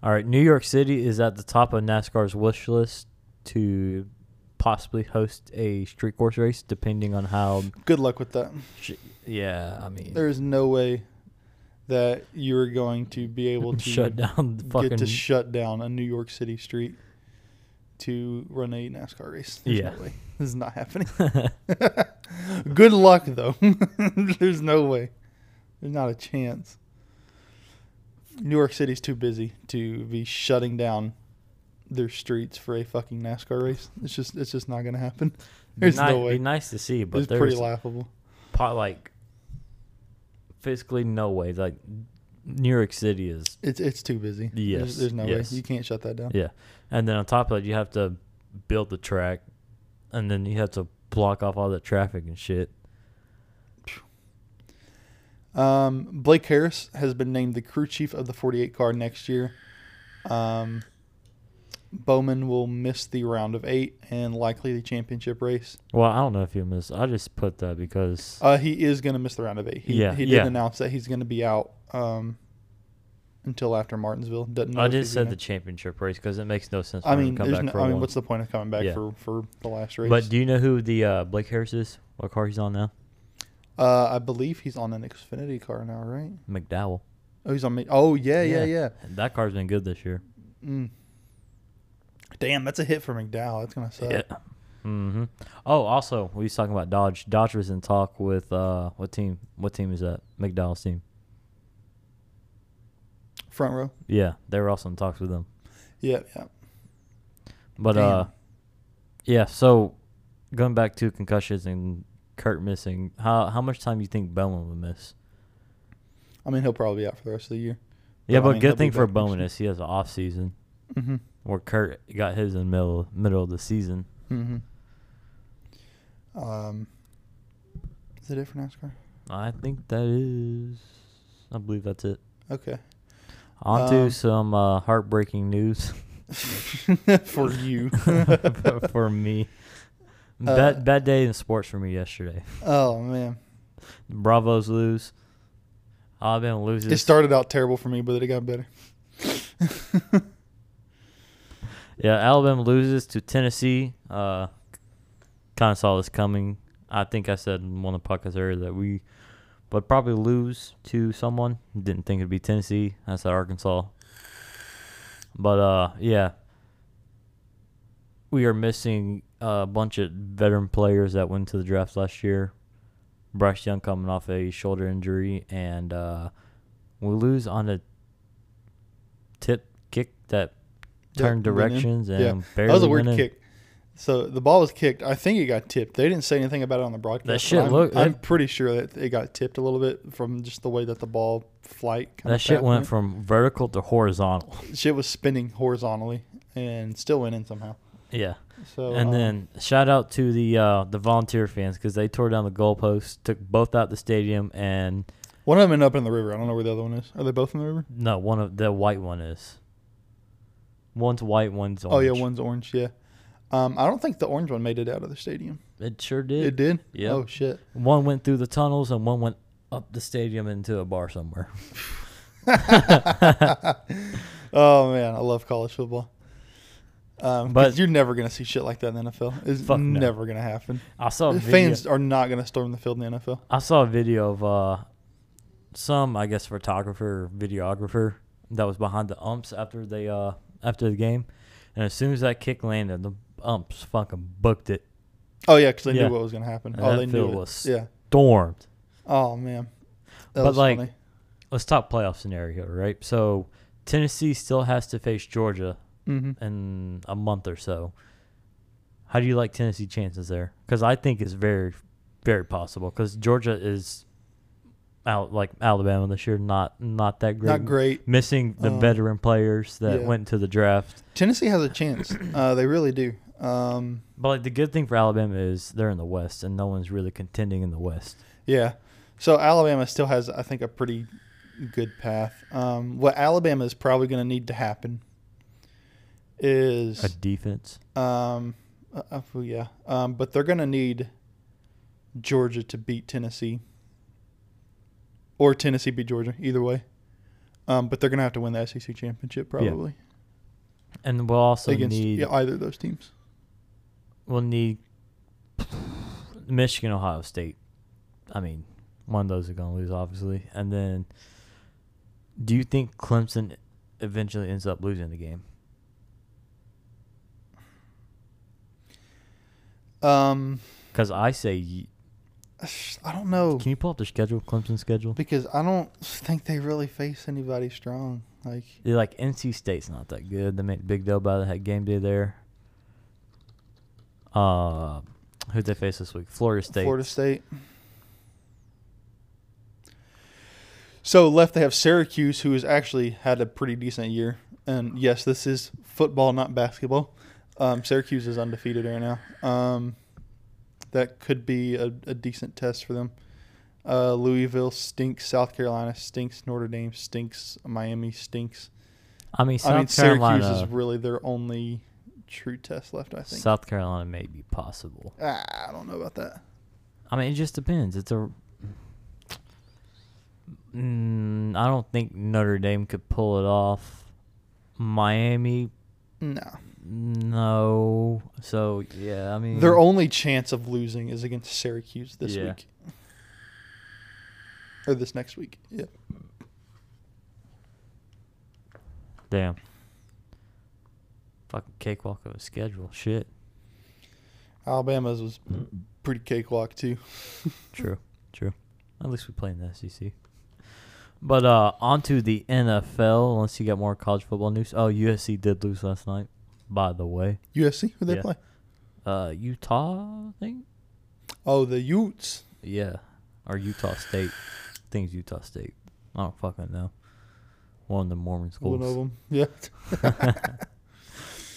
Speaker 2: All right, New York City is at the top of NASCAR's wish list to possibly host a street course race, depending on how.
Speaker 1: Good luck with that.
Speaker 2: Sh- yeah, I mean,
Speaker 1: There is no way that you're going to be able to
Speaker 2: shut down the fucking.
Speaker 1: get to shut down a New York City street to run a NASCAR race. There's
Speaker 2: Yeah.
Speaker 1: no way. This is not happening. Good luck though. There's no way. There's not a chance. New York City's too busy to be shutting down their streets for a fucking NASCAR race. It's just it's just not gonna happen. There's
Speaker 2: Ni-
Speaker 1: no way.
Speaker 2: Be nice to see, but
Speaker 1: it's
Speaker 2: there's
Speaker 1: pretty laughable.
Speaker 2: po- like physically no way. Like New York City is,
Speaker 1: It's it's too busy. There's-
Speaker 2: Yes,
Speaker 1: There's, no
Speaker 2: yes.
Speaker 1: way. You can't shut that down.
Speaker 2: yeah. And then on top of it, you have to build the track, and then you have to block off all the traffic and shit.
Speaker 1: Um, Blake Harris has been named the crew chief of the 48 car next year. Um, Bowman will miss the round of eight and likely the championship race.
Speaker 2: Well, I don't know if you missed. I just put that because
Speaker 1: Uh, he is going to miss the round of eight. He,
Speaker 2: Yeah,
Speaker 1: he did
Speaker 2: yeah.
Speaker 1: announce that he's going to be out um, until after Martinsville. Doesn't know
Speaker 2: I
Speaker 1: if
Speaker 2: just
Speaker 1: he's
Speaker 2: said
Speaker 1: gonna-
Speaker 2: the championship race because it makes no sense. For
Speaker 1: I
Speaker 2: him
Speaker 1: mean,
Speaker 2: to come
Speaker 1: there's
Speaker 2: back
Speaker 1: no,
Speaker 2: for
Speaker 1: I mean,
Speaker 2: one.
Speaker 1: what's the point of coming back
Speaker 2: Yeah.
Speaker 1: for, for the last race?
Speaker 2: but do you know who the uh, Blake Harris is? What car he's on now?
Speaker 1: uh, I believe he's on an Xfinity car now, right?
Speaker 2: McDowell.
Speaker 1: Oh, he's on me. Oh, yeah, yeah, yeah.
Speaker 2: And That car's been good this year.
Speaker 1: Mm. Damn, that's a hit for McDowell. That's going to suck.
Speaker 2: Mm-hmm. Oh, also, we was talking about Dodge. Dodge was in talk with uh, what team? What team is that? McDowell's team.
Speaker 1: Front row.
Speaker 2: Yeah, they were also in talks with them.
Speaker 1: Yeah, yeah.
Speaker 2: But
Speaker 1: Damn.
Speaker 2: uh, yeah. So going back to concussions and Kurt missing, how how much time do you think Bowman would miss?
Speaker 1: I mean, he'll probably be out for the rest of the year.
Speaker 2: Yeah,
Speaker 1: Well, I mean,
Speaker 2: but
Speaker 1: he'll
Speaker 2: good
Speaker 1: be
Speaker 2: thing for
Speaker 1: back next
Speaker 2: Bowman
Speaker 1: year.
Speaker 2: is he has an off season.
Speaker 1: Mm-hmm.
Speaker 2: where Kurt got his in the middle middle of the season.
Speaker 1: Mm-hmm. Um, is that it for NASCAR?
Speaker 2: I think that is, I believe that's it.
Speaker 1: Okay.
Speaker 2: On to
Speaker 1: Um,
Speaker 2: some uh, heartbreaking news
Speaker 1: for you.
Speaker 2: for me.
Speaker 1: Uh,
Speaker 2: bad bad day in sports for me yesterday.
Speaker 1: oh man,
Speaker 2: Bravos lose. Alabama loses.
Speaker 1: it started out terrible for me, but it got better.
Speaker 2: yeah, Alabama loses to Tennessee. Uh, kind of saw this coming. I think I said in one of the podcasts earlier that we would probably lose to someone. Didn't think it'd be Tennessee. I said Arkansas. But uh, yeah, we are missing a bunch of veteran players that went to the draft last year. Bryce Young coming off a shoulder injury, and uh, we lose on a tip kick that
Speaker 1: Yeah,
Speaker 2: turned
Speaker 1: went in.
Speaker 2: directions and
Speaker 1: Yeah.
Speaker 2: barely
Speaker 1: that was a weird
Speaker 2: went in.
Speaker 1: kick. So the ball was kicked. I think it got tipped. They didn't say anything about it on the broadcast. but
Speaker 2: shit
Speaker 1: I'm,
Speaker 2: looked-
Speaker 1: I'm
Speaker 2: that-
Speaker 1: pretty sure that it got tipped a little bit from just the way that the ball flight. kinda
Speaker 2: That shit
Speaker 1: tapped
Speaker 2: went
Speaker 1: it.
Speaker 2: from vertical to horizontal.
Speaker 1: Shit was spinning horizontally and still went in somehow.
Speaker 2: Yeah.
Speaker 1: So
Speaker 2: and
Speaker 1: um,
Speaker 2: then shout out uh, to the uh, the volunteer fans because they tore down the goalposts, took both out the stadium, and
Speaker 1: One of them ended up in the river. I don't know where the other one is. Are they both in the river?
Speaker 2: No, one of the white one is. One's white, one's orange.
Speaker 1: Oh yeah, one's orange. Yeah. Um, I don't think the orange one made it out of the stadium.
Speaker 2: It sure
Speaker 1: It,
Speaker 2: did.
Speaker 1: did.
Speaker 2: Yep.
Speaker 1: Oh shit.
Speaker 2: One went through the tunnels and one went up the stadium into a bar somewhere.
Speaker 1: oh man, I love college football. Um,
Speaker 2: But-
Speaker 1: but you're never gonna see shit like that in the NFL. It's
Speaker 2: Fuck no. Oh,
Speaker 1: never gonna happen.
Speaker 2: I saw a video,
Speaker 1: Fans are not gonna storm the field in the NFL.
Speaker 2: I saw a video of uh, some, I guess, photographer, videographer that was behind the umps after they uh after the game, and as soon as that kick landed, the umps fucking booked it,
Speaker 1: Oh yeah, because they
Speaker 2: Yeah.
Speaker 1: knew what was gonna happen.
Speaker 2: And
Speaker 1: Oh,
Speaker 2: that
Speaker 1: they knew
Speaker 2: field
Speaker 1: it.
Speaker 2: was-
Speaker 1: Yeah.
Speaker 2: stormed.
Speaker 1: Oh man. That
Speaker 2: But,
Speaker 1: was
Speaker 2: like,
Speaker 1: funny.
Speaker 2: Let's talk playoff scenario, right? So Tennessee still has to face Georgia
Speaker 1: Mhm.
Speaker 2: in a month or so. How do you like Tennessee chances there? Because I think it's very, very possible. Because Georgia is out like Alabama this year, not not that great.
Speaker 1: not great.
Speaker 2: Missing the
Speaker 1: Um,
Speaker 2: veteran players that
Speaker 1: yeah.
Speaker 2: went to the draft.
Speaker 1: Tennessee has a chance. Uh, they really do. Um,
Speaker 2: But like the good thing for Alabama is they're in the West, and no one's really contending in the West.
Speaker 1: Yeah. So Alabama still has, I think, a pretty good path. Um, what Alabama is probably going to need to happen
Speaker 2: A
Speaker 1: is,
Speaker 2: defense.
Speaker 1: um, uh, uh, well, yeah, um, but they're going to need Georgia to beat Tennessee, or Tennessee beat Georgia. Either way. Um, but they're going to have to win the SEC championship probably
Speaker 2: And we'll also
Speaker 1: against
Speaker 2: need
Speaker 1: yeah, either of those teams.
Speaker 2: we'll need Michigan, Ohio State. I mean, one of those are going to lose, obviously. And then, do you think Clemson eventually ends up losing the game?
Speaker 1: Um,
Speaker 2: Because I say, ye-
Speaker 1: I don't know
Speaker 2: can you pull up the schedule, Clemson schedule?
Speaker 1: because I don't think they really face anybody strong. Like
Speaker 2: They're like NC State's not that good. They made big deal about that game day there. Uh, who they face this week? Florida State.
Speaker 1: Florida State. So left they have Syracuse, who has actually had a pretty decent year. And yes, this is football, not basketball. Um, Syracuse is undefeated right now. Um, that could be a, a decent test for them. Uh, Louisville stinks. South Carolina stinks. Notre Dame stinks. Miami stinks.
Speaker 2: I mean, South
Speaker 1: I mean,
Speaker 2: Carolina.
Speaker 1: Syracuse is really their only true test left. I think.
Speaker 2: South Carolina may be possible.
Speaker 1: Ah, I don't know about that.
Speaker 2: I mean, it just depends. It's a. Mm, I don't think Notre Dame could pull it off. Miami,
Speaker 1: No.
Speaker 2: no. So yeah, I mean,
Speaker 1: Their only chance of losing is against Syracuse this
Speaker 2: Mm. Yeah.
Speaker 1: week. Or this next week. Yeah.
Speaker 2: damn fucking cakewalk of a schedule. Shit,
Speaker 1: Alabama's was
Speaker 2: Mm.
Speaker 1: pretty cakewalk too.
Speaker 2: true, true. At least we play in the SEC. But uh, on to the NFL. Unless you got more college football news. Oh, USC did lose last night. By the way,
Speaker 1: USC, who they
Speaker 2: Yeah.
Speaker 1: play?
Speaker 2: uh, Utah, I think.
Speaker 1: Oh, the Utes.
Speaker 2: Yeah. Or Utah State. Things Utah State. I don't fucking know. One of the Mormon
Speaker 1: One of
Speaker 2: schools.
Speaker 1: them.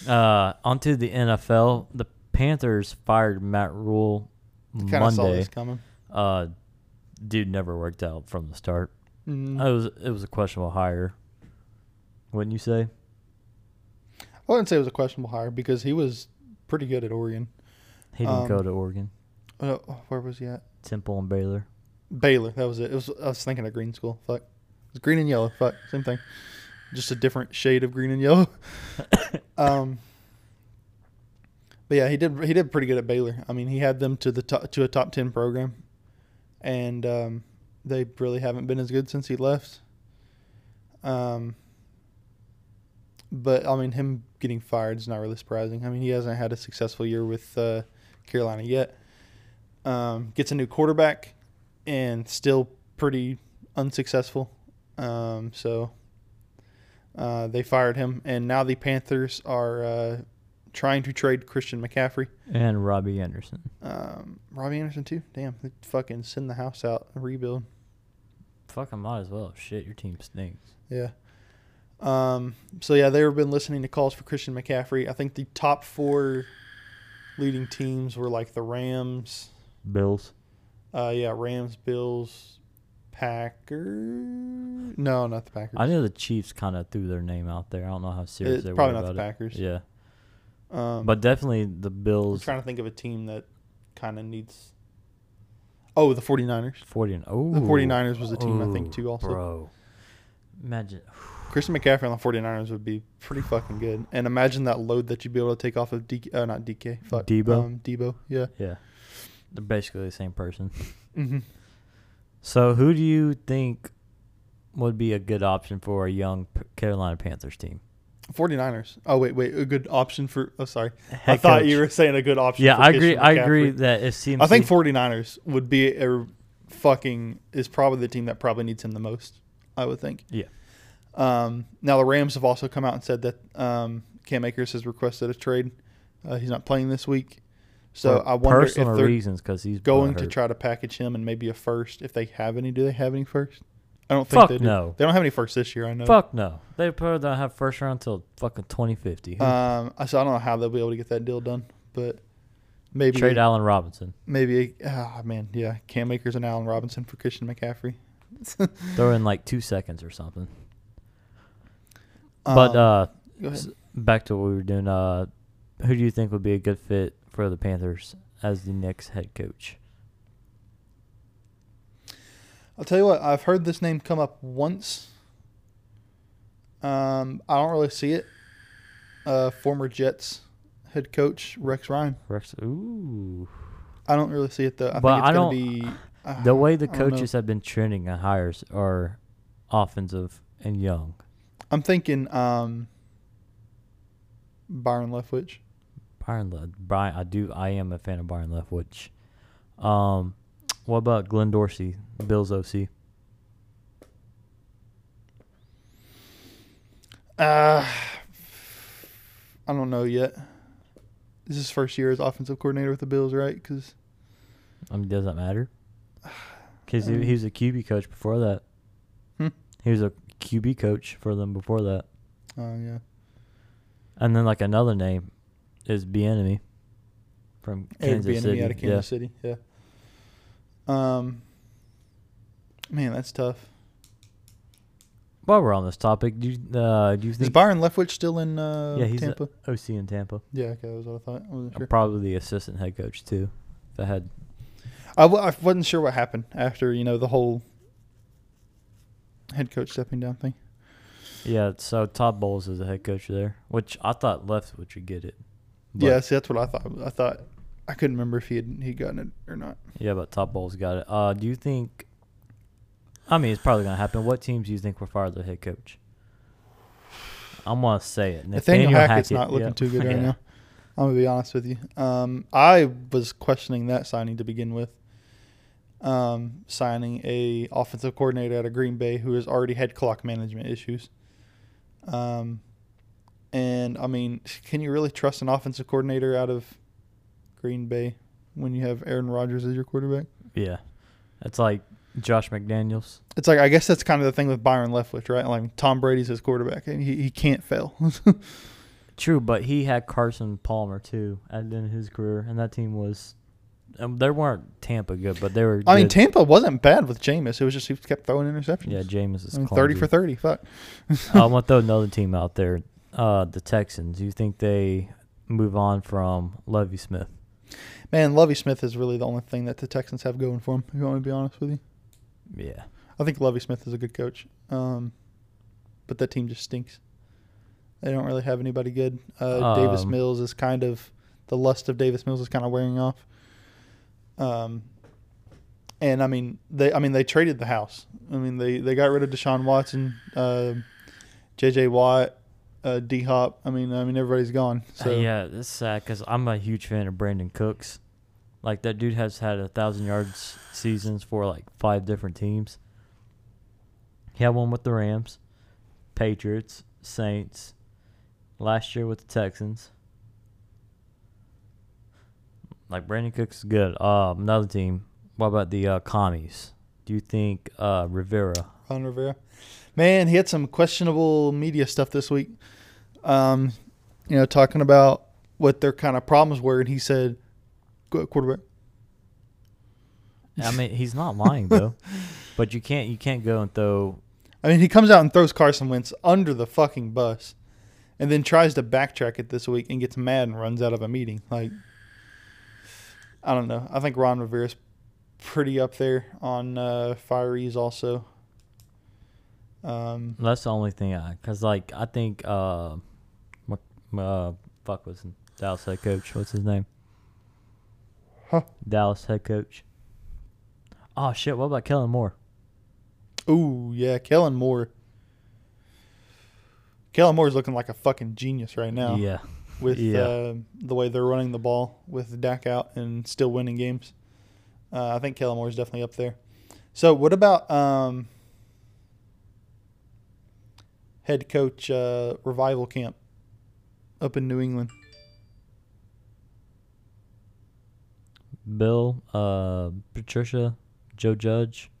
Speaker 1: Yeah.
Speaker 2: Uh, onto the NFL. The Panthers fired Matt Rule
Speaker 1: Kind of saw
Speaker 2: Monday.
Speaker 1: this coming.
Speaker 2: Uh, dude never worked out from the start.
Speaker 1: Mm.
Speaker 2: It was it was a questionable hire. Wouldn't you say?
Speaker 1: I wouldn't say it was a questionable hire because he was pretty good at Oregon.
Speaker 2: He didn't
Speaker 1: Um,
Speaker 2: go to Oregon,
Speaker 1: Uh, where was he at?
Speaker 2: Temple, and Baylor.
Speaker 1: Baylor. That was it. it was, I was thinking of green school. Fuck. It's green and yellow. Fuck. Same thing. Just a different shade of green and yellow. um, but yeah, he did. He did pretty good at Baylor. I mean, he had them to the top, to a top ten program, and um, they really haven't been as good since he left. Um, but I mean, him getting fired is not really surprising. I mean, he hasn't had a successful year with uh, Carolina yet. Um, gets a new quarterback and still pretty unsuccessful. Um, so uh, they fired him, and now the Panthers are uh, trying to trade Christian McCaffrey.
Speaker 2: And Robbie Anderson.
Speaker 1: Um, Robbie Anderson too. Damn, they fucking send the house out and rebuild.
Speaker 2: Fuck, I might as well. Shit, your team stinks.
Speaker 1: Yeah. Um, so yeah, they've been listening to calls for Christian McCaffrey. I think the top four leading teams were like the Rams.
Speaker 2: Bills.
Speaker 1: Uh, yeah, Rams, Bills, Packers. No, not the Packers.
Speaker 2: I know the Chiefs kind of threw their name out there. I don't know how serious
Speaker 1: It's
Speaker 2: they were
Speaker 1: probably not the
Speaker 2: about it.
Speaker 1: Packers.
Speaker 2: Yeah,
Speaker 1: Um,
Speaker 2: but definitely the
Speaker 1: I'm
Speaker 2: Bills.
Speaker 1: trying to think of a team that kind of needs. Oh, the 49ers.
Speaker 2: Forty and oh,
Speaker 1: The 49ers was a team I think
Speaker 2: ooh,
Speaker 1: too. Also,
Speaker 2: Bro, imagine
Speaker 1: Christian McCaffrey on the 49ers would be pretty fucking good. And imagine that load that you'd be able to take off of DK. Uh, not DK. Fuck.
Speaker 2: Debo?
Speaker 1: Um, Debo. Yeah.
Speaker 2: yeah, they're basically the same person.
Speaker 1: hmm
Speaker 2: So who do you think would be a good option for a young P- Carolina Panthers team?
Speaker 1: 49ers. Oh wait, wait. A good option for. Oh, sorry. I
Speaker 2: Head
Speaker 1: thought
Speaker 2: coach.
Speaker 1: you were saying a good option.
Speaker 2: Yeah,
Speaker 1: for
Speaker 2: I agree.
Speaker 1: Christian
Speaker 2: I agree
Speaker 1: McCaffrey.
Speaker 2: that if CMC,
Speaker 1: I think 49ers would be a fucking is probably the team that probably needs him the most. I would think.
Speaker 2: Yeah.
Speaker 1: Um, now the Rams have also come out and said that um, Cam Akers has requested a trade. Uh, he's not playing this week, so
Speaker 2: for
Speaker 1: I wonder if
Speaker 2: personal
Speaker 1: they're
Speaker 2: reasons because he's
Speaker 1: going
Speaker 2: butt
Speaker 1: to
Speaker 2: hurt.
Speaker 1: try to package him and maybe a first if they have any. Do they have any first? I don't think
Speaker 2: Fuck
Speaker 1: they do.
Speaker 2: no.
Speaker 1: They don't have any first this year. I know.
Speaker 2: Fuck no, they probably don't have first round until fucking twenty fifty.
Speaker 1: Um, I- so I don't know how they'll be able to get that deal done, but maybe
Speaker 2: Trade Allen Robinson.
Speaker 1: maybe ah man, yeah, Cam Akers and Allen Robinson for Christian McCaffrey.
Speaker 2: Throw in like two seconds or something. but uh,
Speaker 1: Um, go ahead.
Speaker 2: s- back to what we were doing. Uh, who do you think would be a good fit for the Panthers as the next head coach?
Speaker 1: I'll tell you what, I've heard this name come up once. Um, I don't really see it. Uh, former Jets head coach Rex Ryan.
Speaker 2: Rex. Ooh.
Speaker 1: I don't really see it though. I
Speaker 2: But
Speaker 1: think it's gonna
Speaker 2: I don't-
Speaker 1: be uh,
Speaker 2: The way the
Speaker 1: I don't know.
Speaker 2: coaches have been trending on hires are offensive and young.
Speaker 1: I'm thinking um, Byron Leftwich.
Speaker 2: Byron Love. Brian, I do. I am a fan of Byron Love, which. Um, what about Glenn Dorsey, Bills OC?
Speaker 1: Uh, I don't know yet. This is his first year as offensive coordinator with the Bills, right? Because
Speaker 2: I mean, does that matter? Because
Speaker 1: Um,
Speaker 2: he, he was a QB coach before that.
Speaker 1: Hmm.
Speaker 2: He was a QB coach for them before that.
Speaker 1: uh, yeah,
Speaker 2: And then like another name is Bienemy from
Speaker 1: Eric
Speaker 2: Kansas City.
Speaker 1: Bieniemy out of Kansas City. Yeah. Um. Man, that's tough.
Speaker 2: Yeah. While we're on this topic, do you, uh, do you
Speaker 1: Is
Speaker 2: think
Speaker 1: Byron Leftwich still in uh,
Speaker 2: Yeah, he's a-
Speaker 1: Tampa?
Speaker 2: OC in Tampa?
Speaker 1: yeah, okay, that was what I thought. I wasn't sure.
Speaker 2: Probably the assistant head coach too. If I had Oh,
Speaker 1: I, w- I wasn't sure what happened after you know the whole head coach stepping down thing.
Speaker 2: yeah, so Todd Bowles is the head coach there, which I thought left which would get it. But-
Speaker 1: yeah, see, that's what I thought. I thought I couldn't remember if he had he gotten it or not.
Speaker 2: Yeah, but Top Bowl's got it. Uh, do you think? I mean, it's probably gonna happen. What teams do you think will fire their head coach? I'm gonna say it.
Speaker 1: Nathaniel
Speaker 2: Nathaniel
Speaker 1: Hackett's
Speaker 2: Hackett,
Speaker 1: not looking
Speaker 2: yep.
Speaker 1: too good right
Speaker 2: Yeah.
Speaker 1: now. I'm gonna be honest with you. Um, I was questioning that signing to begin with. Um, signing a offensive coordinator out of Green Bay who has already had clock management issues. Um, and I mean, can you really trust an offensive coordinator out of Green Bay when you have Aaron Rodgers as your quarterback?
Speaker 2: Yeah, it's like Josh McDaniels.
Speaker 1: It's like I guess that's kind of the thing with Byron Leftwich, right? Like Tom Brady's his quarterback, and he, he can't fail.
Speaker 2: True, but he had Carson Palmer too at the end of his career, and that team was. Um, they weren't Tampa good, but they were.
Speaker 1: I mean,
Speaker 2: good.
Speaker 1: Tampa wasn't bad with Jameis. It was just he kept throwing interceptions.
Speaker 2: Yeah, James is
Speaker 1: I mean, thirty for thirty.
Speaker 2: clumsy.
Speaker 1: Fuck.
Speaker 2: I want to throw another team out there. Uh, the Texans. Do you think they move on from Levy Smith?
Speaker 1: Man, Lovey Smith is really the only thing that the Texans have going for him. If you want me to be honest with you,
Speaker 2: Yeah.
Speaker 1: I think Lovey Smith is a good coach. Um, but that team just stinks. They don't really have anybody good. Uh, Davis
Speaker 2: Um,
Speaker 1: Mills is kind of the lust of Davis Mills is kind of wearing off. Um, and I mean they I mean they traded the house. I mean they they got rid of Deshaun Watson, uh, J.J. Watt, uh, D Hop. I mean I mean everybody's gone.
Speaker 2: Uh,
Speaker 1: So
Speaker 2: yeah, it's sad because I'm a huge fan of Brandon Cooks. Like that dude has had a thousand yards seasons for like five different teams. He had one with the Rams, Patriots, Saints. Last year with the Texans. Like Brandon Cooks is good. Um, another team. What about the uh, commies? Do you think uh, Rivera?
Speaker 1: Ron Rivera. Man, he had some questionable media stuff this week. Um, you know, talking about what their kind of problems were, and he said, "Qu- "Quarterback."
Speaker 2: I mean, he's not lying though. But you can't you can't go and throw
Speaker 1: I mean, he comes out and throws Carson Wentz under the fucking bus, and then tries to backtrack it this week and gets mad and runs out of a meeting. Like, I don't know. I think Ron Rivera's pretty up there on uh, fireys also. Um,
Speaker 2: That's the only thing I, cause like I think uh, Mc- uh fuck was Dallas head coach. What's his name?
Speaker 1: Huh.
Speaker 2: Dallas head coach. Oh shit! What about Kellen Moore?
Speaker 1: ooh, yeah, Kellen Moore. Kellen Moore's looking like a fucking genius right now.
Speaker 2: Yeah,
Speaker 1: with
Speaker 2: Yeah.
Speaker 1: uh, the way they're running the ball with Dak out and still winning games. Uh, I think Kellen Moore's definitely up there. So what about um, head coach uh, revival camp up in New England?
Speaker 2: Bill, uh, Patricia, Joe Judge.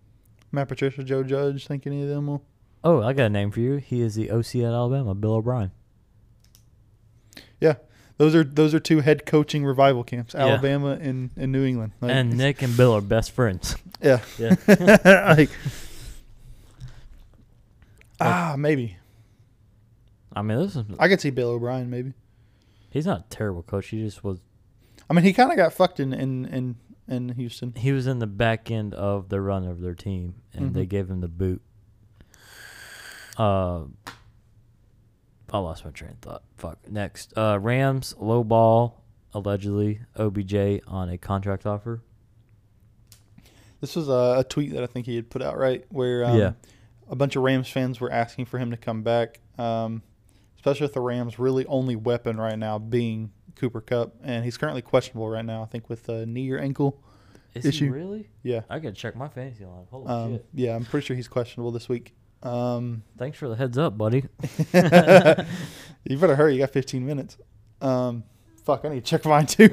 Speaker 1: Matt Patricia, Joe Judge, think any of them will?
Speaker 2: Oh, I got a name for you. He is the OC at Alabama, Bill O'Brien.
Speaker 1: Yeah, those are those are two head coaching revival camps,
Speaker 2: Yeah.
Speaker 1: Alabama and, and New England. Like,
Speaker 2: and Nick and Bill are best friends.
Speaker 1: yeah,
Speaker 2: Yeah.
Speaker 1: like, ah, maybe
Speaker 2: I mean, this is,
Speaker 1: I could see Bill O'Brien maybe.
Speaker 2: he's not a terrible coach. He just was.
Speaker 1: I mean, he kind of got fucked in in in, in Houston.
Speaker 2: He was in the back end of the run of their team, and they
Speaker 1: Mhm.
Speaker 2: gave him the boot. Uh, I lost my train of thought. Fuck. Next, uh, Rams low ball allegedly OBJ on a contract offer.
Speaker 1: This was a, a tweet that I think he had put out right where um,
Speaker 2: Yeah.
Speaker 1: a bunch of Rams fans were asking for him to come back, um, especially with the Rams' really only weapon right now being Cooper Cup, and he's currently questionable right now. I think with a knee or ankle.
Speaker 2: Is
Speaker 1: Issue.
Speaker 2: he really?
Speaker 1: Yeah,
Speaker 2: I gotta check my fantasy line. Holy
Speaker 1: um,
Speaker 2: shit!
Speaker 1: yeah, I'm pretty sure he's questionable this week. Um,
Speaker 2: Thanks for the heads up, buddy.
Speaker 1: you better hurry. You got 15 minutes. Um, fuck, I need to check mine too.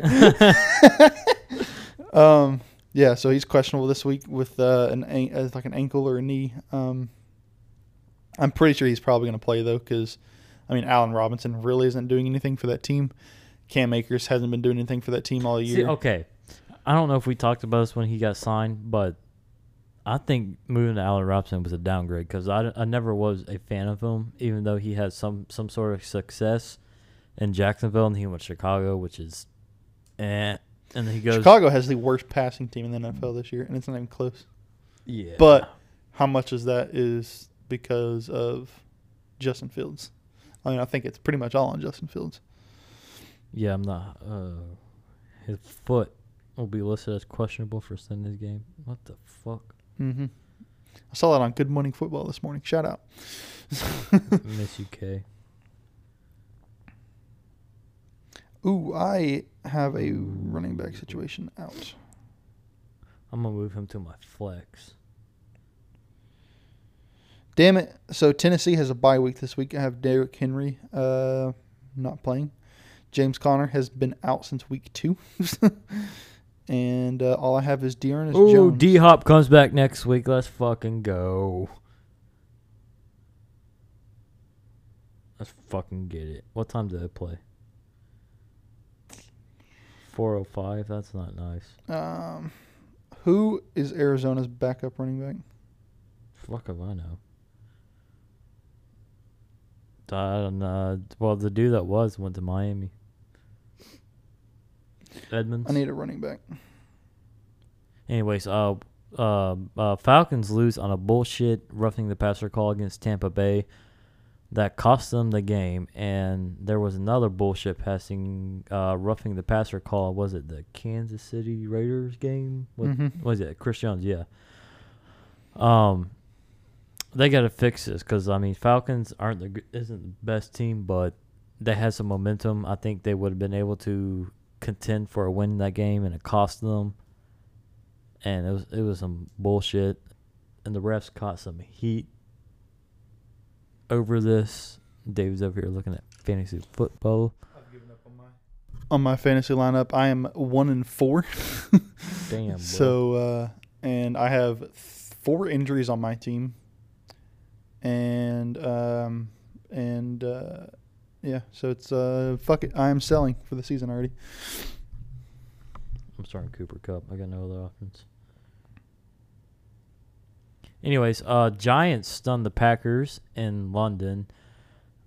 Speaker 1: um, yeah, so he's questionable this week with uh, an an- uh, like an ankle or a knee. Um, I'm pretty sure he's probably going to play though, because I mean, Allen Robinson really isn't doing anything for that team. Cam Akers hasn't been doing anything for that team all year.
Speaker 2: See, okay. I don't know if we talked about this when he got signed, but I think moving to Allen Robinson was a downgrade because I, I never was a fan of him, even though he had some, some sort of success in Jacksonville and he went to Chicago, which is eh. And then he goes,
Speaker 1: Chicago has the worst passing team in the NFL this year, and it's not even close.
Speaker 2: yeah.
Speaker 1: But how much is that is because of Justin Fields? I mean, I think it's pretty much all on Justin Fields.
Speaker 2: Yeah, I'm not. Uh, his foot will be listed as questionable for Sunday's game. What the fuck?
Speaker 1: hmm I saw that on Good Morning Football this morning. Shout out.
Speaker 2: Miss UK.
Speaker 1: Ooh, I have a running back situation out.
Speaker 2: I'm going to move him to my flex.
Speaker 1: Damn it. So Tennessee has a bye week this week. I have Derrick Henry uh, not playing. James Conner has been out since week two. and uh, all I have is Dearness
Speaker 2: Oh,
Speaker 1: Jones.
Speaker 2: D Hop comes back next week. Let's fucking go. Let's fucking get it. What time do they play? 405. That's not nice.
Speaker 1: um, who is Arizona's backup running back?
Speaker 2: Fuck if I know. I don't know. Well, the dude that was went to Miami. Edmonds.
Speaker 1: I need a running back.
Speaker 2: Anyways, uh, uh, uh, Falcons lose on a bullshit roughing the passer call against Tampa Bay that cost them the game, and there was another bullshit passing uh, roughing the passer call. Was it the Kansas City Raiders game? What
Speaker 1: Mhm.
Speaker 2: was it? Chris Jones, yeah. Um, they got to fix this because I mean Falcons aren't the g- isn't the best team, but they had some momentum. I think they would have been able to contend for a win in that game, and it cost them. And it was it was some bullshit, and the refs caught some heat over this. Dave's over here looking at fantasy football.
Speaker 1: I've given up on my on my fantasy lineup. I am one and four.
Speaker 2: Damn. bro.
Speaker 1: So, uh, and I have th- four injuries on my team, and um, and uh, yeah, so it's uh, fuck it. I am selling for the season already.
Speaker 2: I'm starting Cooper Cup. I got no other options. Anyways, uh, Giants stunned the Packers in London.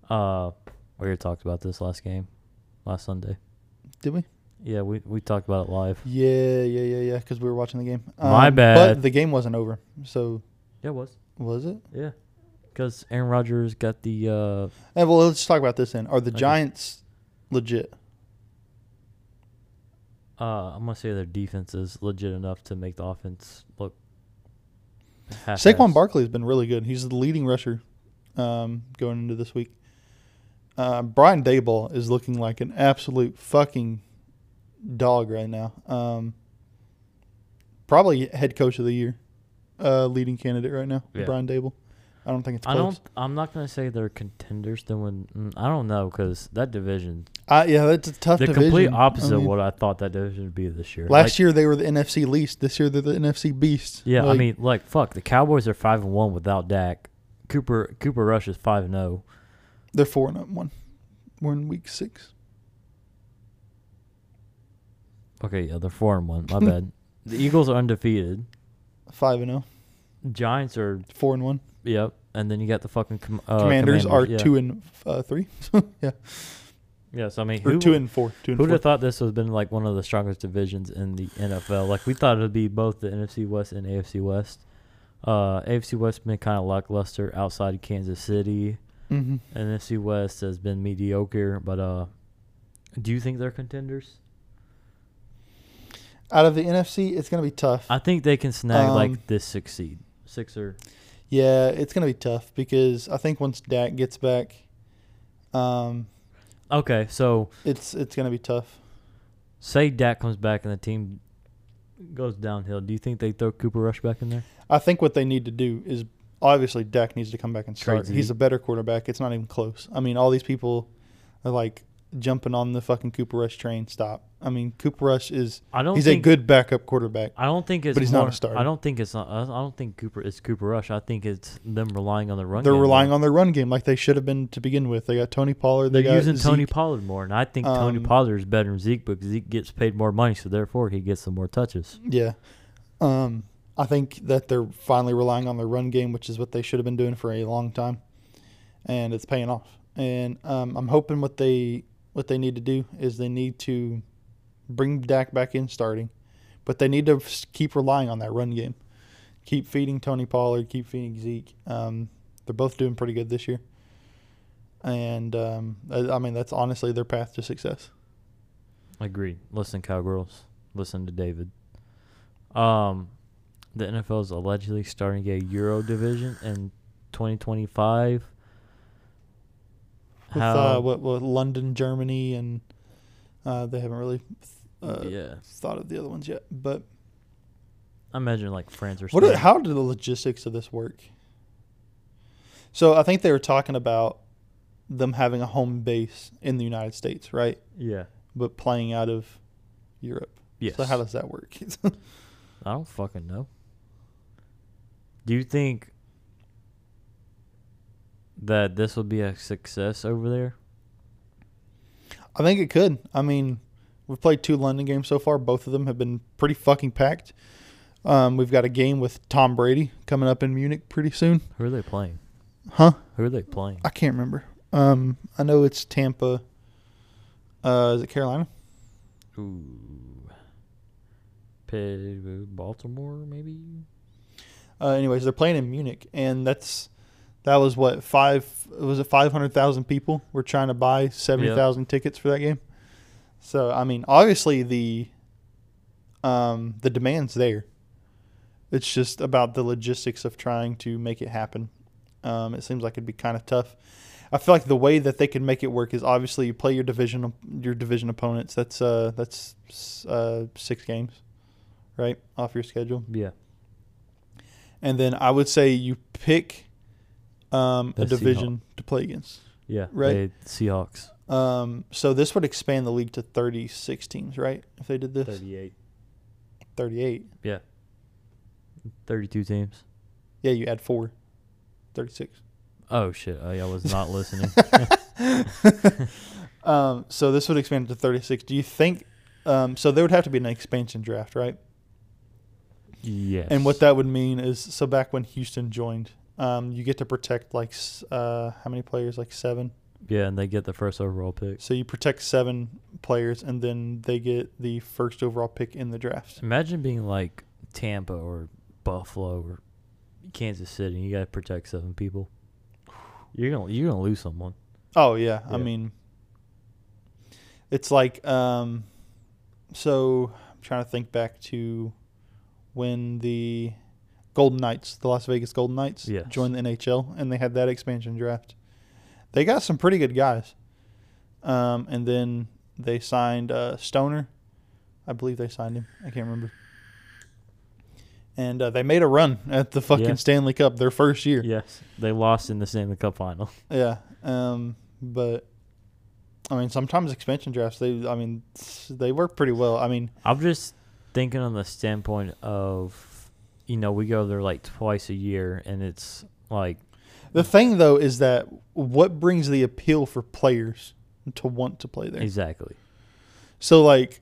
Speaker 2: Uh, we already talked about this last game, last Sunday.
Speaker 1: Did we?
Speaker 2: Yeah, we, we talked about it live.
Speaker 1: Yeah, yeah, yeah, yeah. Because we were watching the game. Um,
Speaker 2: My bad.
Speaker 1: But the game wasn't over. So
Speaker 2: Yeah, it was.
Speaker 1: was it?
Speaker 2: Yeah, because Aaron Rodgers got the uh,
Speaker 1: Eh, well, let's talk about this then. Are the
Speaker 2: Okay.
Speaker 1: Giants legit?
Speaker 2: uh, I'm gonna say their defense is legit enough to make the offense look.
Speaker 1: Saquon
Speaker 2: half-assed.
Speaker 1: Barkley has been really good. He's the leading rusher um, going into this week. Uh, Brian Dayball is looking like an absolute fucking dog right now. Um, probably head coach of the year, uh, leading candidate right now,
Speaker 2: Yeah.
Speaker 1: Brian Dable. I don't think it's
Speaker 2: I
Speaker 1: close.
Speaker 2: don't. I'm not gonna say they're contenders. Then when mm, I don't know because that division,
Speaker 1: I, Uh, yeah, that's a tough
Speaker 2: the
Speaker 1: division.
Speaker 2: complete
Speaker 1: I
Speaker 2: opposite of
Speaker 1: mean,
Speaker 2: what I thought that division would be this year.
Speaker 1: Last
Speaker 2: Like,
Speaker 1: year they were the NFC least. This year they're the NFC beast.
Speaker 2: yeah. I
Speaker 1: Like,
Speaker 2: mean, like fuck. The Cowboys are five and one without Dak. Cooper Cooper Rush is five and oh. zero.
Speaker 1: they're four and one. We're in week six.
Speaker 2: Okay, yeah, they're four and one. My bad. The Eagles are undefeated.
Speaker 1: Five and oh.
Speaker 2: Giants are
Speaker 1: Four and one.
Speaker 2: yep. And then you got the fucking com- uh,
Speaker 1: Commanders, are
Speaker 2: yeah.
Speaker 1: two and uh, three. yeah,
Speaker 2: Yeah, so I mean,
Speaker 1: or
Speaker 2: who
Speaker 1: two and four. Two and
Speaker 2: Who'd
Speaker 1: four.
Speaker 2: have thought this would have been like one of the strongest divisions in the NFL? Like we thought it'd be both the NFC West and AFC West. Uh, AFC West been kind of lackluster outside of Kansas City.
Speaker 1: Mhm.
Speaker 2: And NFC West has been mediocre. But uh, do you think they're contenders?
Speaker 1: Out of the NFC, it's gonna be tough.
Speaker 2: I think they can snag
Speaker 1: Um,
Speaker 2: like this six seed, six or
Speaker 1: yeah, it's gonna be tough because I think once Dak gets back, um,
Speaker 2: okay. So
Speaker 1: it's it's gonna be tough.
Speaker 2: say Dak comes back and the team goes downhill. Do you think they throw Cooper Rush back in there?
Speaker 1: I think what they need to do is obviously Dak needs to come back and start.
Speaker 2: Trade
Speaker 1: He's
Speaker 2: Zeke.
Speaker 1: a better quarterback. It's not even close. I mean, all these people are like jumping on the fucking Cooper Rush train. Stop. I mean, Cooper Rush is
Speaker 2: I don't.
Speaker 1: he's a
Speaker 2: think,
Speaker 1: good backup quarterback.
Speaker 2: I don't think it's.
Speaker 1: But he's not a
Speaker 2: more-
Speaker 1: starter.
Speaker 2: I don't think it's. Not, I I don't think Cooper is Cooper Rush. I think it's them relying on the run.
Speaker 1: They're
Speaker 2: game
Speaker 1: relying
Speaker 2: more.
Speaker 1: on their run game like they should have been to begin with. They got Tony Pollard. They
Speaker 2: They're
Speaker 1: got
Speaker 2: using Tony
Speaker 1: Zeke.
Speaker 2: Pollard more, and I think Tony
Speaker 1: Um,
Speaker 2: Pollard is better than Zeke because Zeke gets paid more money, so therefore he gets some more touches.
Speaker 1: Yeah. Um, I think that they're finally relying on their run game, which is what they should have been doing for a long time, and it's paying off. And um, I'm hoping what they what they need to do is they need to bring Dak back in starting, but they need to s- keep relying on that run game, keep feeding Tony Pollard, keep feeding Zeke. Um, they're both doing pretty good this year, and um, I, I mean that's honestly their path to success.
Speaker 2: Agreed. Listen, cowgirls. Listen to David. Um, the NFL is allegedly starting a Euro division in 2025.
Speaker 1: with
Speaker 2: How-
Speaker 1: uh, what, what London, Germany, and uh, they haven't really uh,
Speaker 2: yeah,
Speaker 1: thought of the other ones yet. But
Speaker 2: I imagine like France or
Speaker 1: what? do-
Speaker 2: Spain.
Speaker 1: how do the logistics of this work? So I think they were talking about them having a home base in the United States, right?
Speaker 2: yeah.
Speaker 1: But playing out of Europe.
Speaker 2: Yes.
Speaker 1: So how does that work?
Speaker 2: I don't fucking know. Do you think that this will be a success over there?
Speaker 1: I think it could. I mean, we've played two London games so far. Both of them have been pretty fucking packed. Um, we've got a game with Tom Brady coming up in Munich pretty soon,
Speaker 2: Who are they playing?
Speaker 1: huh?
Speaker 2: Who are they playing?
Speaker 1: I can't remember. Um, I know it's Tampa. Uh, is it Carolina?
Speaker 2: Ooh. Pay Baltimore, maybe?
Speaker 1: Uh, anyways, they're playing in Munich, and that's that was what five was it five hundred thousand people were trying to buy seventy thousand tickets for that game. So I mean, obviously the um, the demand's there. It's just about the logistics of trying to make it happen. Um, it seems like it'd be kind of tough. I feel like the way that they can make it work is obviously you play your division your division opponents. That's uh that's uh six games, right off your schedule.
Speaker 2: Yeah.
Speaker 1: And then I would say you pick um, a
Speaker 2: The
Speaker 1: division to play against.
Speaker 2: Yeah.
Speaker 1: Right.
Speaker 2: they- Seahawks.
Speaker 1: Um, so this would expand the league to 36 teams, right? If they did this,
Speaker 2: 38.
Speaker 1: 38.
Speaker 2: Yeah. 32 teams.
Speaker 1: Yeah, you add four. 36.
Speaker 2: Oh, shit. I, I was not listening.
Speaker 1: Um, so this would expand it to 36. Do you think? Um, so there would have to be an expansion draft, right?
Speaker 2: Yes.
Speaker 1: And what that would mean is, so back when Houston joined, um, you get to protect like s- uh, how many players? Like seven.
Speaker 2: Yeah, and they get the first overall pick.
Speaker 1: So you protect seven players, and then they get the first overall pick in the draft.
Speaker 2: Imagine being like Tampa or Buffalo or Kansas City. and You gotta protect seven people. You're gonna you're gonna lose someone.
Speaker 1: Oh yeah, I
Speaker 2: Yeah.
Speaker 1: mean, it's like um, so I'm trying to think back to when the Golden Knights, the Las Vegas Golden Knights,
Speaker 2: Yes.
Speaker 1: joined the NHL, and they had that expansion draft. They got some pretty good guys, um, and then they signed uh, Stoner. I believe they signed him. I can't remember. And uh, they made a run at the fucking
Speaker 2: Yeah.
Speaker 1: Stanley Cup their first year.
Speaker 2: Yes, they lost in the Stanley Cup final.
Speaker 1: Yeah. Um, but I mean, sometimes expansion drafts, they, I mean, they work pretty well. I mean,
Speaker 2: I'm just thinking on the standpoint of, you know, we go there like twice a year, and it's like
Speaker 1: the thing though is that what brings the appeal for players to want to play there?
Speaker 2: exactly.
Speaker 1: So like,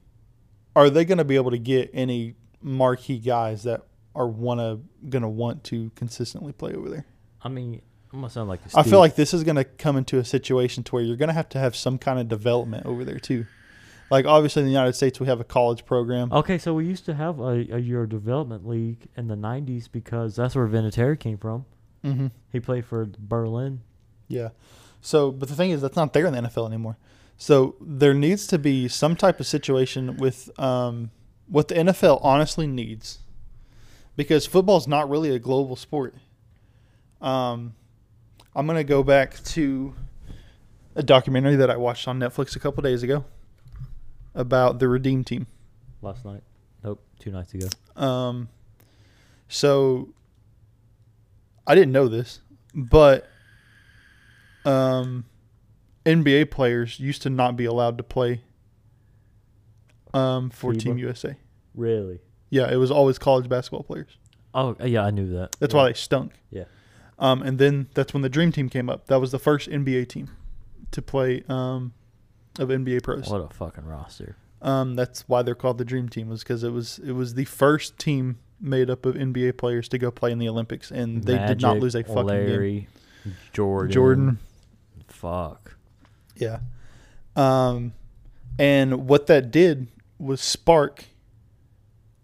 Speaker 1: are they going to be able to get any marquee guys that are wanna gonna want to consistently play over there?
Speaker 2: I mean, I'm gonna sound like a
Speaker 1: I
Speaker 2: stooge.
Speaker 1: feel like this is going to come into a situation to where you're going to have to have some kind of development over there too. Like obviously in the United States we have a college program.
Speaker 2: Okay, so we used to have a, a Euro Development League in the '90s because that's where Vinatieri came from.
Speaker 1: Mm-hmm.
Speaker 2: He played for Berlin.
Speaker 1: Yeah. So, but the thing is, that's not there in the NFL anymore. So there needs to be some type of situation with um, what the NFL honestly needs, because football's not really a global sport. Um, I'm gonna go back to a documentary that I watched on Netflix a couple days ago about the Redeem Team.
Speaker 2: last night. Nope, two nights ago.
Speaker 1: Um, so I didn't know this, but um, NBA players used to not be allowed to play um, for
Speaker 2: FIBA?
Speaker 1: Team USA.
Speaker 2: Really?
Speaker 1: Yeah, it was always college basketball players.
Speaker 2: Oh, yeah, I knew that.
Speaker 1: That's
Speaker 2: yeah.
Speaker 1: why they stunk.
Speaker 2: Yeah.
Speaker 1: Um, and then that's when the Dream Team came up. That was the first NBA team to play um, of NBA pros.
Speaker 2: What a fucking roster.
Speaker 1: Um, that's why they're called the Dream Team was because it was it was the first team made up of NBA players to go play in the Olympics, and they did not
Speaker 2: Magic,
Speaker 1: lose a fucking game.
Speaker 2: Larry, Jordan.
Speaker 1: Jordan,
Speaker 2: Fuck.
Speaker 1: yeah. Um, and what that did was spark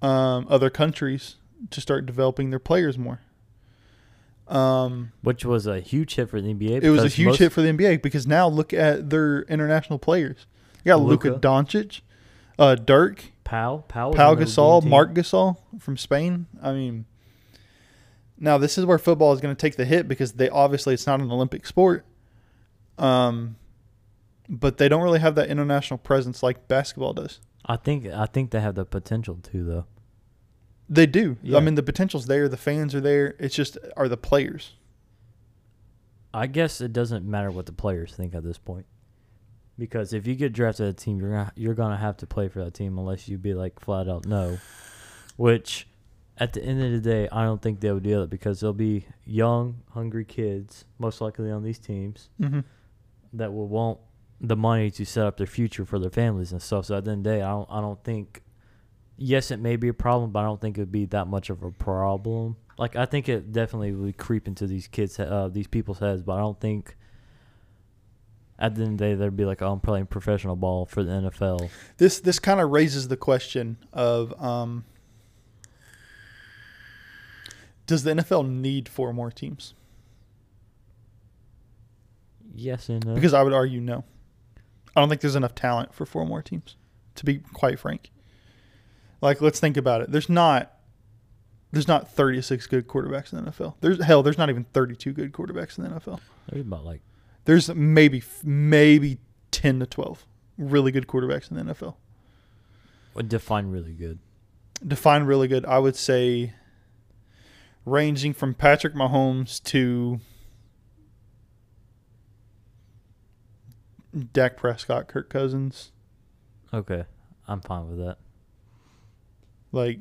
Speaker 1: um, other countries to start developing their players more. Um,
Speaker 2: Which was a huge hit for the NBA.
Speaker 1: it was a
Speaker 2: because
Speaker 1: huge
Speaker 2: most-
Speaker 1: hit for the NBA because now look at their international players. You got Luka,
Speaker 2: Luka.
Speaker 1: Doncic, uh, Dirk.
Speaker 2: Powell. Powell. was
Speaker 1: Pau
Speaker 2: on the
Speaker 1: Gasol,
Speaker 2: Redeem team.
Speaker 1: Mark Gasol from Spain. I mean, now this is where football is going to take the hit because they obviously it's not an Olympic sport, um, but they don't really have that international presence like basketball does.
Speaker 2: I think I think they have the potential to though.
Speaker 1: They do.
Speaker 2: Yeah.
Speaker 1: I mean, the potential's there. The fans are there. It's just are the players.
Speaker 2: I guess it doesn't matter what the players think at this point, because if you get drafted to a team, you're gonna, you're gonna have to play for that team unless you be like flat out no, which at the end of the day, I don't think they would do it because there'll be young, hungry kids most likely on these teams
Speaker 1: Mm-hmm.
Speaker 2: that will want the money to set up their future for their families and stuff. So at the end of the day, I don't I don't think. Yes, it may be a problem, but I don't think it would be that much of a problem. Like I think it definitely would creep into these kids, uh, these people's heads, but I don't think. At the end of the day, they'd be like, "Oh, I'm playing professional ball for the NFL."
Speaker 1: This this kind of raises the question of um, does the NFL need four more teams?
Speaker 2: Yes and no.
Speaker 1: Because I would argue no. I don't think there's enough talent for four more teams, to be quite frank. Like let's think about it. There's not there's not 36 good quarterbacks in the NFL. There's hell, there's not even 32 good quarterbacks in the NFL.
Speaker 2: there's about like
Speaker 1: There's maybe maybe 10 to 12 really good quarterbacks in the NFL.
Speaker 2: would define really good.
Speaker 1: Define really good, I would say ranging from Patrick Mahomes to Dak Prescott, Kirk Cousins,
Speaker 2: Okay, I'm fine with that.
Speaker 1: Like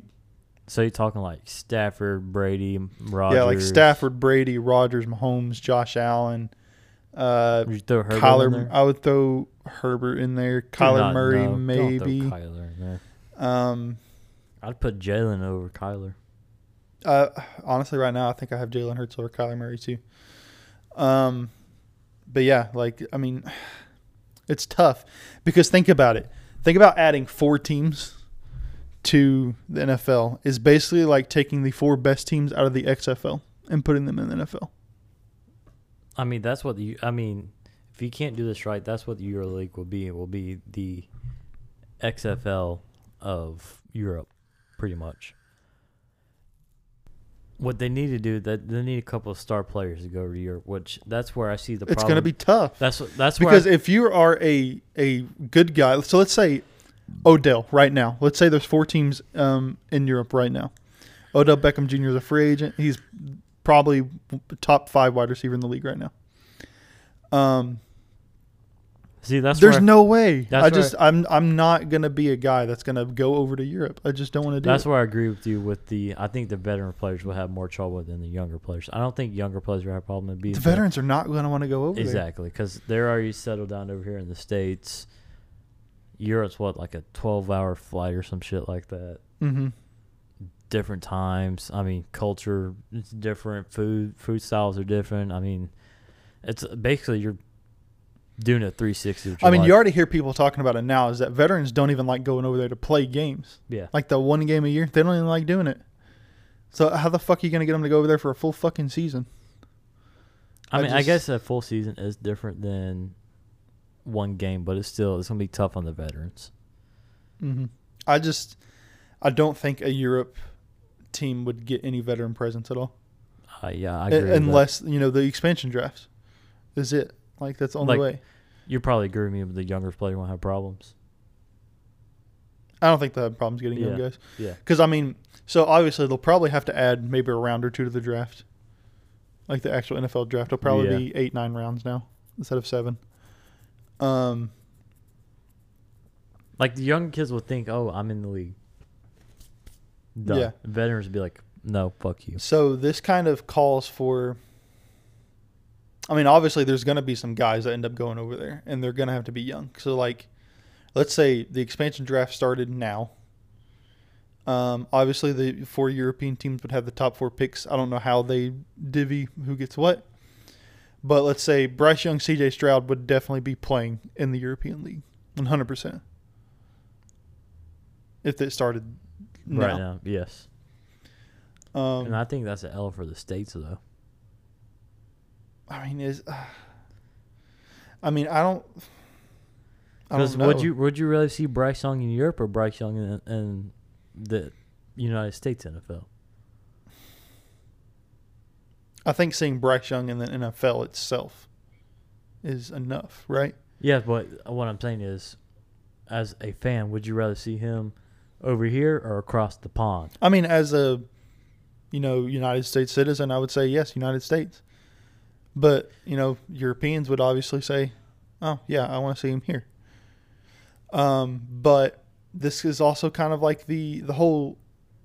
Speaker 2: So you're talking like Stafford, Brady, Rogers.
Speaker 1: yeah, like Stafford, Brady, Rogers, Mahomes, Josh Allen, uh,
Speaker 2: Would you throw Herbert in
Speaker 1: Kyler.
Speaker 2: there?
Speaker 1: I would throw Herbert in there.
Speaker 2: Do
Speaker 1: Kyler
Speaker 2: not-
Speaker 1: Murray,
Speaker 2: no, don't throw
Speaker 1: maybe.
Speaker 2: Kyler in there.
Speaker 1: Um,
Speaker 2: I'd put Jalen over Kyler.
Speaker 1: Uh, honestly, right now, I think I have Jalen Hurts over Kyler Murray too. Um, but yeah, like I mean, it's tough because think about it. Think about adding four teams to the NFL is basically like taking the four best teams out of the XFL and putting them in the NFL.
Speaker 2: I mean, that's what you. I mean, if you can't do this right, that's what the EuroLeague will be. It will be the XFL of Europe, pretty much. What they need to do that they need a couple of star players to go to Europe, which that's where I see the
Speaker 1: It's
Speaker 2: problem.
Speaker 1: going to be tough
Speaker 2: that's what- that's
Speaker 1: because
Speaker 2: where
Speaker 1: if you are a a good guy, so let's say Odell right now. Let's say there's four teams um, in Europe right now. Odell Beckham Jr. is a free agent. He's probably top five wide receiver in the league right now. Um,
Speaker 2: I, see that's
Speaker 1: there's
Speaker 2: where,
Speaker 1: no way.
Speaker 2: that's
Speaker 1: I
Speaker 2: where-
Speaker 1: just I'm I'm not gonna be a guy that's gonna go over to Europe. I just don't want to do
Speaker 2: That's
Speaker 1: it.
Speaker 2: where I agree with you. With the, I think the veteran players will have more trouble than the younger players. I don't think younger players will have a problem. It'd Be
Speaker 1: The
Speaker 2: the-
Speaker 1: veterans are not gonna want to go over there.
Speaker 2: Exactly, because they're already settled down over here in the states. Europe's what like a twelve-hour flight or some shit like that.
Speaker 1: Mm-hmm.
Speaker 2: Different times. I mean, culture is different. Food food styles are different. I mean, it's basically you're doing a three sixty.
Speaker 1: I mean, you already hear people talking about it now. Is that veterans don't even like going over there to play games.
Speaker 2: yeah.
Speaker 1: Like the one game a year, they don't even like doing it. So how the fuck are you gonna get them to go over there for a full fucking season?
Speaker 2: I
Speaker 1: I
Speaker 2: mean, I
Speaker 1: just-
Speaker 2: guess a full season is different than one game, but it's still it's gonna be tough on the veterans.
Speaker 1: Mm-hmm. I just I don't think a Europe team would get any veteran presence at all,
Speaker 2: Uh, yeah, I
Speaker 1: A-
Speaker 2: agree. with that.
Speaker 1: unless you know the expansion drafts. Is it like that's the only
Speaker 2: Like-
Speaker 1: way?
Speaker 2: you probably agree with me, but the younger player won't have problems.
Speaker 1: I don't think they have problems getting young
Speaker 2: Yeah.
Speaker 1: guys.
Speaker 2: Yeah.
Speaker 1: Because I mean, so obviously they'll probably have to add maybe a round or two to the draft, like the actual NFL draft. It'll probably
Speaker 2: Yeah.
Speaker 1: be eight, nine rounds now instead of seven. Um,
Speaker 2: Like the young kids will think, "Oh, I'm in the league."
Speaker 1: Yeah.
Speaker 2: Yeah. Veterans would be like, "No, fuck you."
Speaker 1: so this kind of calls for. I mean, obviously, there's going to be some guys that end up going over there, and they're going to have to be young. So, like, let's say the expansion draft started now. Um, obviously, the four European teams would have the top four picks. I don't know how they divvy who gets what, but let's say Bryce Young, C.J. Stroud would definitely be playing in the European League, 100. percent If it started now,
Speaker 2: Right now, yes.
Speaker 1: Um,
Speaker 2: and I think that's an L for the states, though.
Speaker 1: I mean, is. uh, I mean, I don't. I
Speaker 2: Because
Speaker 1: don't know.
Speaker 2: would you would you rather see Bryce Young in Europe or Bryce Young in, in the United States NFL?
Speaker 1: I think seeing Bryce Young in the NFL itself is enough, right?
Speaker 2: Yeah, but what I'm saying is, as a fan, would you rather see him over here or across the pond?
Speaker 1: I mean, as a, you know, United States citizen, I would say yes, United States. But you know, Europeans would obviously say, "Oh yeah, I want to see him here." Um, but this is also kind of like the the whole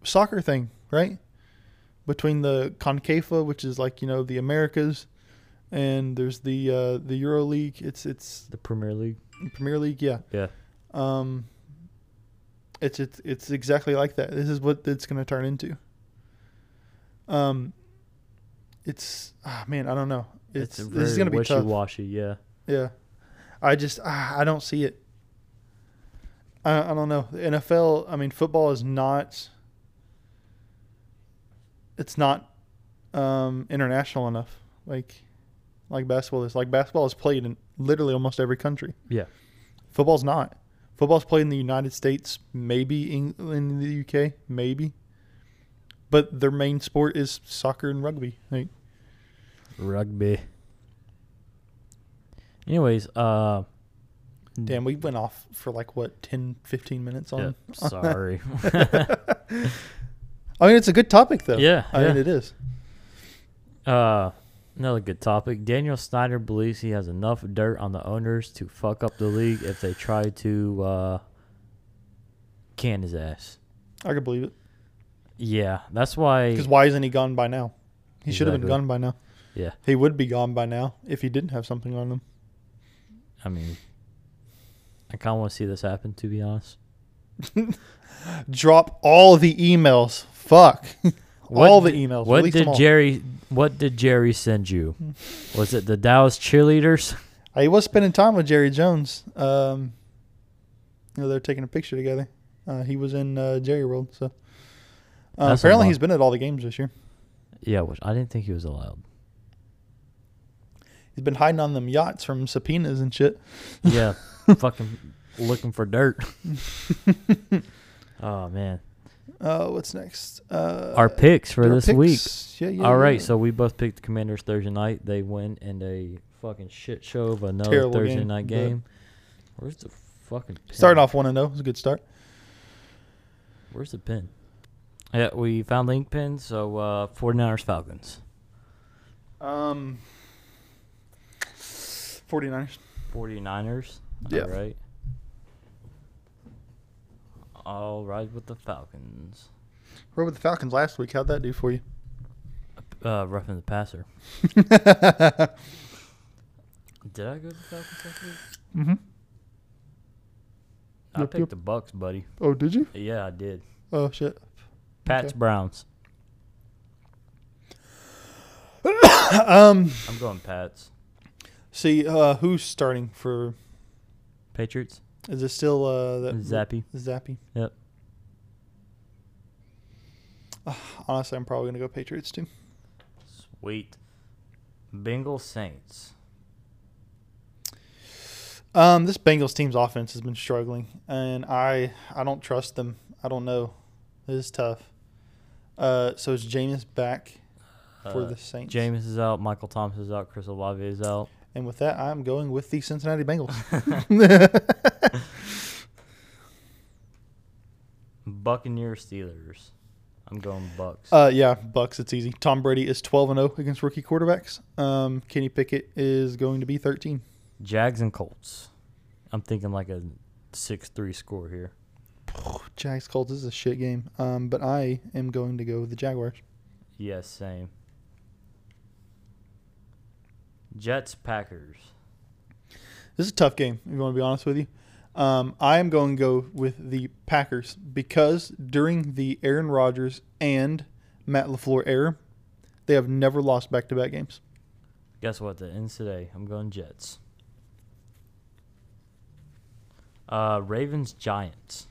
Speaker 1: soccer thing, right? Between the CONCACAF, which is like you know the Americas, and there's the uh, the Euro League. It's it's
Speaker 2: The Premier League.
Speaker 1: Premier League, yeah.
Speaker 2: Yeah.
Speaker 1: Um, it's it's it's exactly like that. This is what it's going to turn into. Um, it's ah, man, I don't know. It's, this is
Speaker 2: very
Speaker 1: going to be tough.
Speaker 2: wishy-washy. Yeah.
Speaker 1: Yeah, I just ah, I don't see it. I I don't know. The NFL. I mean, football is not. It's not um, international enough. Like, like basketball is. Like basketball is played in literally almost every country.
Speaker 2: Yeah.
Speaker 1: Football's not. Football's played in the United States, maybe Eng- in the UK, maybe. But their main sport is soccer and rugby. Like,
Speaker 2: Rugby. Anyways, uh,
Speaker 1: damn, we went off for like what 10, 15 minutes on.
Speaker 2: yeah, sorry.
Speaker 1: I mean, it's a good topic though.
Speaker 2: Yeah,
Speaker 1: I mean
Speaker 2: yeah.
Speaker 1: it is.
Speaker 2: uh, another good topic. Daniel Snyder believes he has enough dirt on the owners to fuck up the league if they try to uh, can his ass.
Speaker 1: I could believe it.
Speaker 2: Yeah, that's why.
Speaker 1: Because why isn't he gone by now? He should have been
Speaker 2: Exactly.
Speaker 1: gone by now.
Speaker 2: Yeah,
Speaker 1: He would be gone by now if he didn't have something on him.
Speaker 2: I mean, I kind of want to see this happen. To be honest,
Speaker 1: Drop all the emails. Fuck.
Speaker 2: What
Speaker 1: all the
Speaker 2: di-
Speaker 1: emails.
Speaker 2: What
Speaker 1: Release them
Speaker 2: did
Speaker 1: all.
Speaker 2: Jerry? What did Jerry send you? Was it the Dallas cheerleaders?
Speaker 1: I was spending time with Jerry Jones. Um, you know, they're taking a picture together. Uh, he was in uh, Jerry World, so uh,
Speaker 2: That's a
Speaker 1: apparently
Speaker 2: lot.
Speaker 1: he's been at all the games this year.
Speaker 2: Yeah, which I didn't think he was allowed.
Speaker 1: He's been hiding on them yachts from subpoenas and shit.
Speaker 2: Yeah, fucking looking for dirt. oh man,
Speaker 1: Uh, what's next? Uh,
Speaker 2: our picks for
Speaker 1: our
Speaker 2: this week.
Speaker 1: picks. Yeah, yeah,
Speaker 2: All right,
Speaker 1: yeah.
Speaker 2: so we both picked the Commanders Thursday night. They win in a fucking shit show of another
Speaker 1: Terrible
Speaker 2: Thursday
Speaker 1: game,
Speaker 2: night
Speaker 1: but-
Speaker 2: game. Where's the fucking pin?
Speaker 1: starting off one and zero is a good start.
Speaker 2: Where's the pin? Yeah, we found the ink pin. So uh, 49ers Falcons.
Speaker 1: Um, 49ers.
Speaker 2: 49ers.
Speaker 1: Yeah.
Speaker 2: All right. I'll ride with the Falcons.
Speaker 1: Rode with the Falcons last week. How'd that do for you?
Speaker 2: Uh, roughing the passer. Did I go to the Falcons last week?
Speaker 1: mm-hmm.
Speaker 2: I
Speaker 1: Yep,
Speaker 2: picked
Speaker 1: yep.
Speaker 2: the Bucks, buddy.
Speaker 1: Oh, did you?
Speaker 2: Yeah, I did.
Speaker 1: Oh shit.
Speaker 2: Pats
Speaker 1: Okay.
Speaker 2: Browns.
Speaker 1: um,
Speaker 2: I'm going Pats.
Speaker 1: see, uh, who's starting for?
Speaker 2: Patriots.
Speaker 1: Is it still uh that
Speaker 2: Zappy.
Speaker 1: Zappy.
Speaker 2: Yep.
Speaker 1: Ah, Honestly, I'm probably gonna go Patriots too.
Speaker 2: Sweet. Bengal Saints.
Speaker 1: Um, this Bengals team's offense has been struggling, and I I don't trust them. I don't know. It is tough. Uh, so is Jameis back for
Speaker 2: Uh,
Speaker 1: the Saints?
Speaker 2: James is out. Michael Thomas is out. Chris Olave is out.
Speaker 1: And with that, I'm going with the Cincinnati Bengals.
Speaker 2: Buccaneer Steelers. I'm going Bucks.
Speaker 1: uh, yeah, Bucks. It's easy. Tom Brady is 12 and 0 against rookie quarterbacks. Um, Kenny Pickett is going to be 13.
Speaker 2: Jags and Colts. I'm thinking like a six-three score here.
Speaker 1: Jags Colts this is a shit game. Um, but I am going to go with the Jaguars.
Speaker 2: Yes, same. Jets Packers.
Speaker 1: This is a tough game, if you want to be honest with you. Um, I am going to go with the Packers because during the Aaron Rodgers and Matt LaFleur era, they have never lost back to back games.
Speaker 2: Guess what? The ends today. I'm going Jets. Uh, Ravens Giants.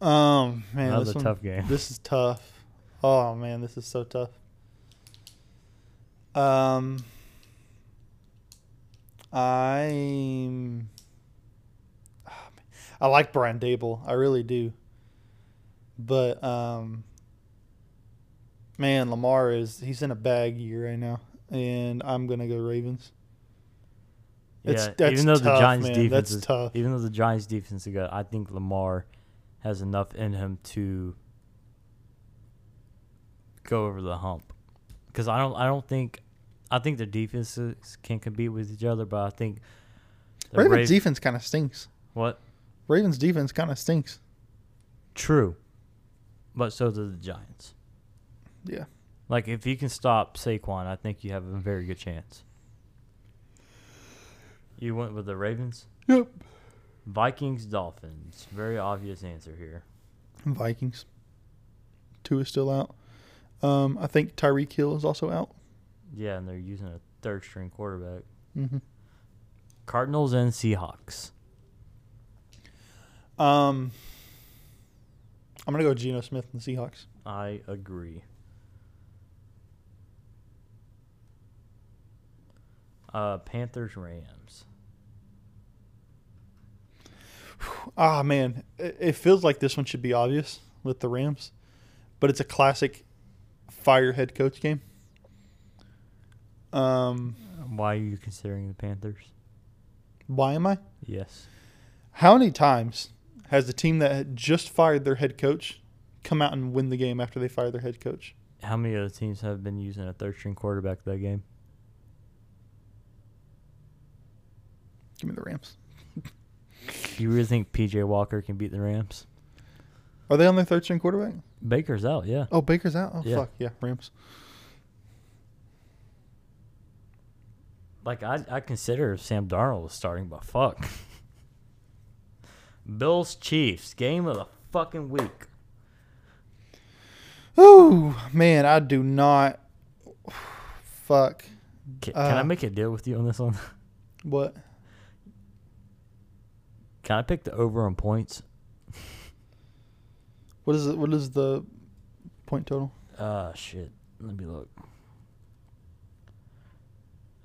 Speaker 1: Um, man,
Speaker 2: That was
Speaker 1: this
Speaker 2: a
Speaker 1: one-
Speaker 2: tough game.
Speaker 1: This is tough. Oh man, this is so tough. Um, I'm. Ah, man. I like Brian Dable. I really do. But um, man, Lamar is he's in a bag year right now, and I'm gonna go Ravens. It's-
Speaker 2: Yeah,
Speaker 1: that's
Speaker 2: even though
Speaker 1: tough,
Speaker 2: the Giants
Speaker 1: man.
Speaker 2: defense
Speaker 1: That's
Speaker 2: is
Speaker 1: tough.
Speaker 2: even though the Giants defense is good, I think Lamar has enough in him to go over the hump. Because I don't, I don't think, I think their defenses can compete with each other, but I think the
Speaker 1: Ravens
Speaker 2: Rav-
Speaker 1: defense kind of stinks.
Speaker 2: what
Speaker 1: Ravens defense kind of stinks.
Speaker 2: true, but so do the Giants.
Speaker 1: Yeah.
Speaker 2: Like if you can stop Saquon, I think you have a very good chance. You went with the Ravens,
Speaker 1: Yep.
Speaker 2: Vikings, Dolphins. Very obvious answer here.
Speaker 1: Vikings. Two is still out. Um, I think Tyreek Hill is also out.
Speaker 2: Yeah, and they're using a third string quarterback.
Speaker 1: Mm-hmm.
Speaker 2: Cardinals and Seahawks.
Speaker 1: Um, I'm gonna go Geno Smith and the Seahawks.
Speaker 2: I agree. Uh, Panthers Rams.
Speaker 1: Ah man, it, it feels like this one should be obvious with the Rams, but it's a classic fire head coach game. Um,
Speaker 2: Why are you considering the Panthers?
Speaker 1: why am I?
Speaker 2: Yes.
Speaker 1: How many times has the team that had just fired their head coach come out and win the game after they fire their head coach?
Speaker 2: How many other teams have been using a third string quarterback that game?
Speaker 1: Give me the Rams.
Speaker 2: You really think PJ Walker can beat the Rams?
Speaker 1: Are they on their third string quarterback?
Speaker 2: Baker's out, yeah.
Speaker 1: Oh, Baker's out. Oh,
Speaker 2: Yeah.
Speaker 1: fuck yeah, Rams.
Speaker 2: Like I, I consider Sam Darnold a starting, but fuck. Bills Chiefs game of the fucking week.
Speaker 1: Ooh, man, I do not. Fuck.
Speaker 2: Can, can I
Speaker 1: Uh,
Speaker 2: make a deal with you on this one?
Speaker 1: What?
Speaker 2: Can I pick the over on points?
Speaker 1: What is it? What is the point total?
Speaker 2: Uh shit. Let me look.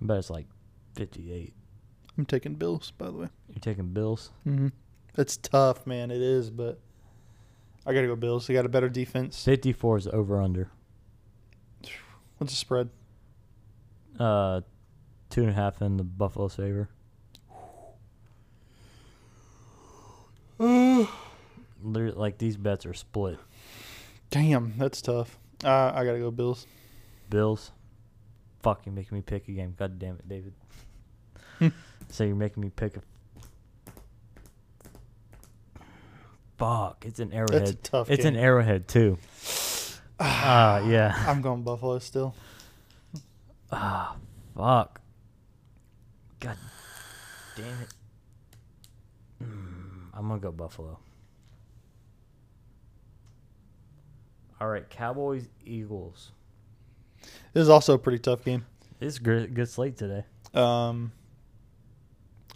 Speaker 2: I bet it's like fifty-eight.
Speaker 1: I'm taking Bills, by the way.
Speaker 2: You're taking Bills.
Speaker 1: Mm-hmm. It's tough, man. It is, but I gotta go Bills. They got a better defense.
Speaker 2: Fifty-four is over under.
Speaker 1: What's the spread?
Speaker 2: Uh, two and a half in the Buffalo's favor. They're- like these bets are split.
Speaker 1: Damn, that's tough. Uh, I gotta go Bills.
Speaker 2: Bills, fucking making me pick a game. God damn it, David. so you're making me pick a. Fuck! It's an arrowhead.
Speaker 1: That's a tough.
Speaker 2: It's
Speaker 1: game.
Speaker 2: an arrowhead too. Ah, yeah.
Speaker 1: I'm going Buffalo still.
Speaker 2: Ah, fuck. God damn it. Mm, I'm gonna go Buffalo. All right, Cowboys Eagles.
Speaker 1: This is also a pretty tough game.
Speaker 2: This is good, good slate today.
Speaker 1: Um,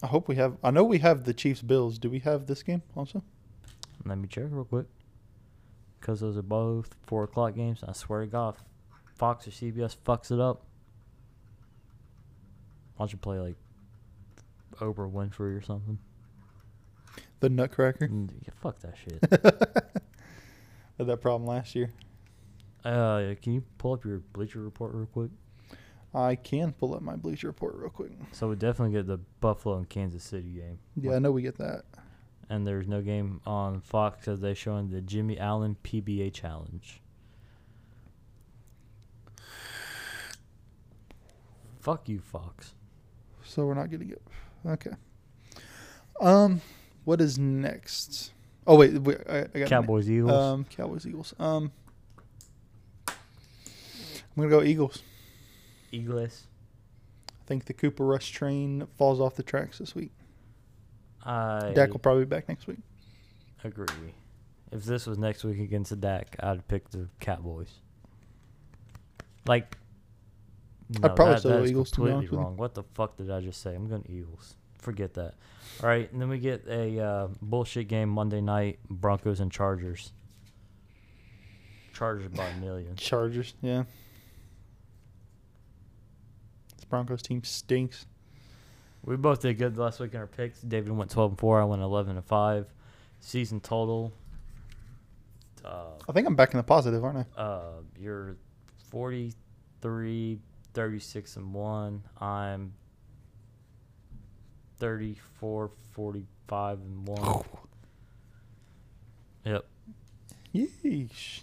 Speaker 1: I hope we have. I know we have the Chiefs Bills. Do we have this game also?
Speaker 2: Let me check real quick. Because those are both 4 o'clock games. I swear to God, if Fox or CBS fucks it up. Why don't you play like Oprah Winfrey or something?
Speaker 1: The Nutcracker.
Speaker 2: Mm, yeah, Fuck that shit.
Speaker 1: Had that problem last year.
Speaker 2: uh, can you pull up your Bleacher Report real quick?
Speaker 1: I can pull up my Bleacher Report real quick.
Speaker 2: So we definitely get the Buffalo and Kansas City game.
Speaker 1: Yeah, I know we get that.
Speaker 2: And there's no game on Fox because they're showing the Jimmy Allen PBA challenge. Fuck you, Fox.
Speaker 1: So we're not getting it. Okay. Um, what is next? Oh wait, wait I, I got it.
Speaker 2: Cowboys, Eagles.
Speaker 1: Um, Cowboys Eagles. Um, I'm gonna go Eagles.
Speaker 2: Eagles.
Speaker 1: I think the Cooper Rush train falls off the tracks this week.
Speaker 2: I
Speaker 1: Dak will probably be back next week.
Speaker 2: agree. If this was next week against the Dak, I'd pick the Cowboys. Like, no,
Speaker 1: probably
Speaker 2: that-
Speaker 1: say
Speaker 2: that
Speaker 1: the
Speaker 2: is
Speaker 1: Eagles, to be
Speaker 2: completely
Speaker 1: honest with you.
Speaker 2: wrong. What the fuck did I just say? I'm going Eagles. Forget that. All right, and then we get a uh, bullshit game Monday night: Broncos and Chargers. Chargers by a million.
Speaker 1: Chargers. Yeah. This Broncos team stinks.
Speaker 2: We both did good last week in our picks. David went 12 and four. I went 11 and five. Season total. Uh,
Speaker 1: I think I'm back in the positive, aren't I?
Speaker 2: uh, you're 43, 36 and 1. I'm 34, 45 and 1. yep.
Speaker 1: Yeesh.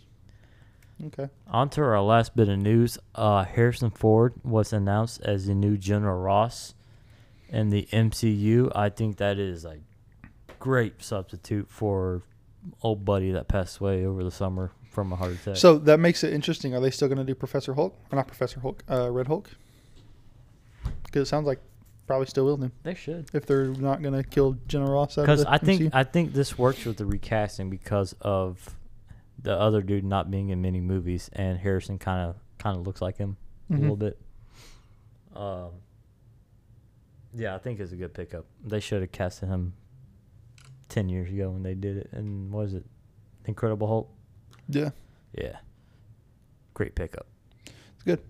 Speaker 1: Okay.
Speaker 2: On to our last bit of news. Uh, Harrison Ford was announced as the new General Ross in the MCU. I think that is a great substitute for old buddy that passed away over the summer from a heart attack.
Speaker 1: So that makes it interesting. Are they still going to do Professor Hulk? Or not Professor Hulk, uh, Red Hulk? Because it sounds like probably still will do
Speaker 2: they should.
Speaker 1: if they're not going to kill General Ross. out of
Speaker 2: Because
Speaker 1: the
Speaker 2: I think
Speaker 1: MCU.
Speaker 2: I think this works with the recasting because of the other dude not being in many movies, and Harrison kind of kind of looks like him a
Speaker 1: Mhm.
Speaker 2: little bit. Um, yeah, I think it's a good pickup. They should have casted him ten years ago when they did it, and what is it, Incredible Hulk?
Speaker 1: yeah,
Speaker 2: Yeah, great pickup.
Speaker 1: it's good.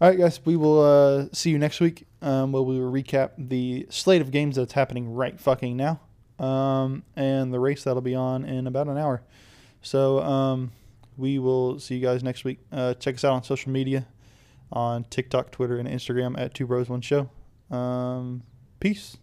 Speaker 1: All right, guys, we will uh, see you next week um, where we will recap the slate of games that's happening right fucking now um, and the race that'll be on in about an hour. So um, we will see you guys next week. Uh, check us out on social media on TikTok, Twitter, and Instagram at Two Bros One Show. Um, peace.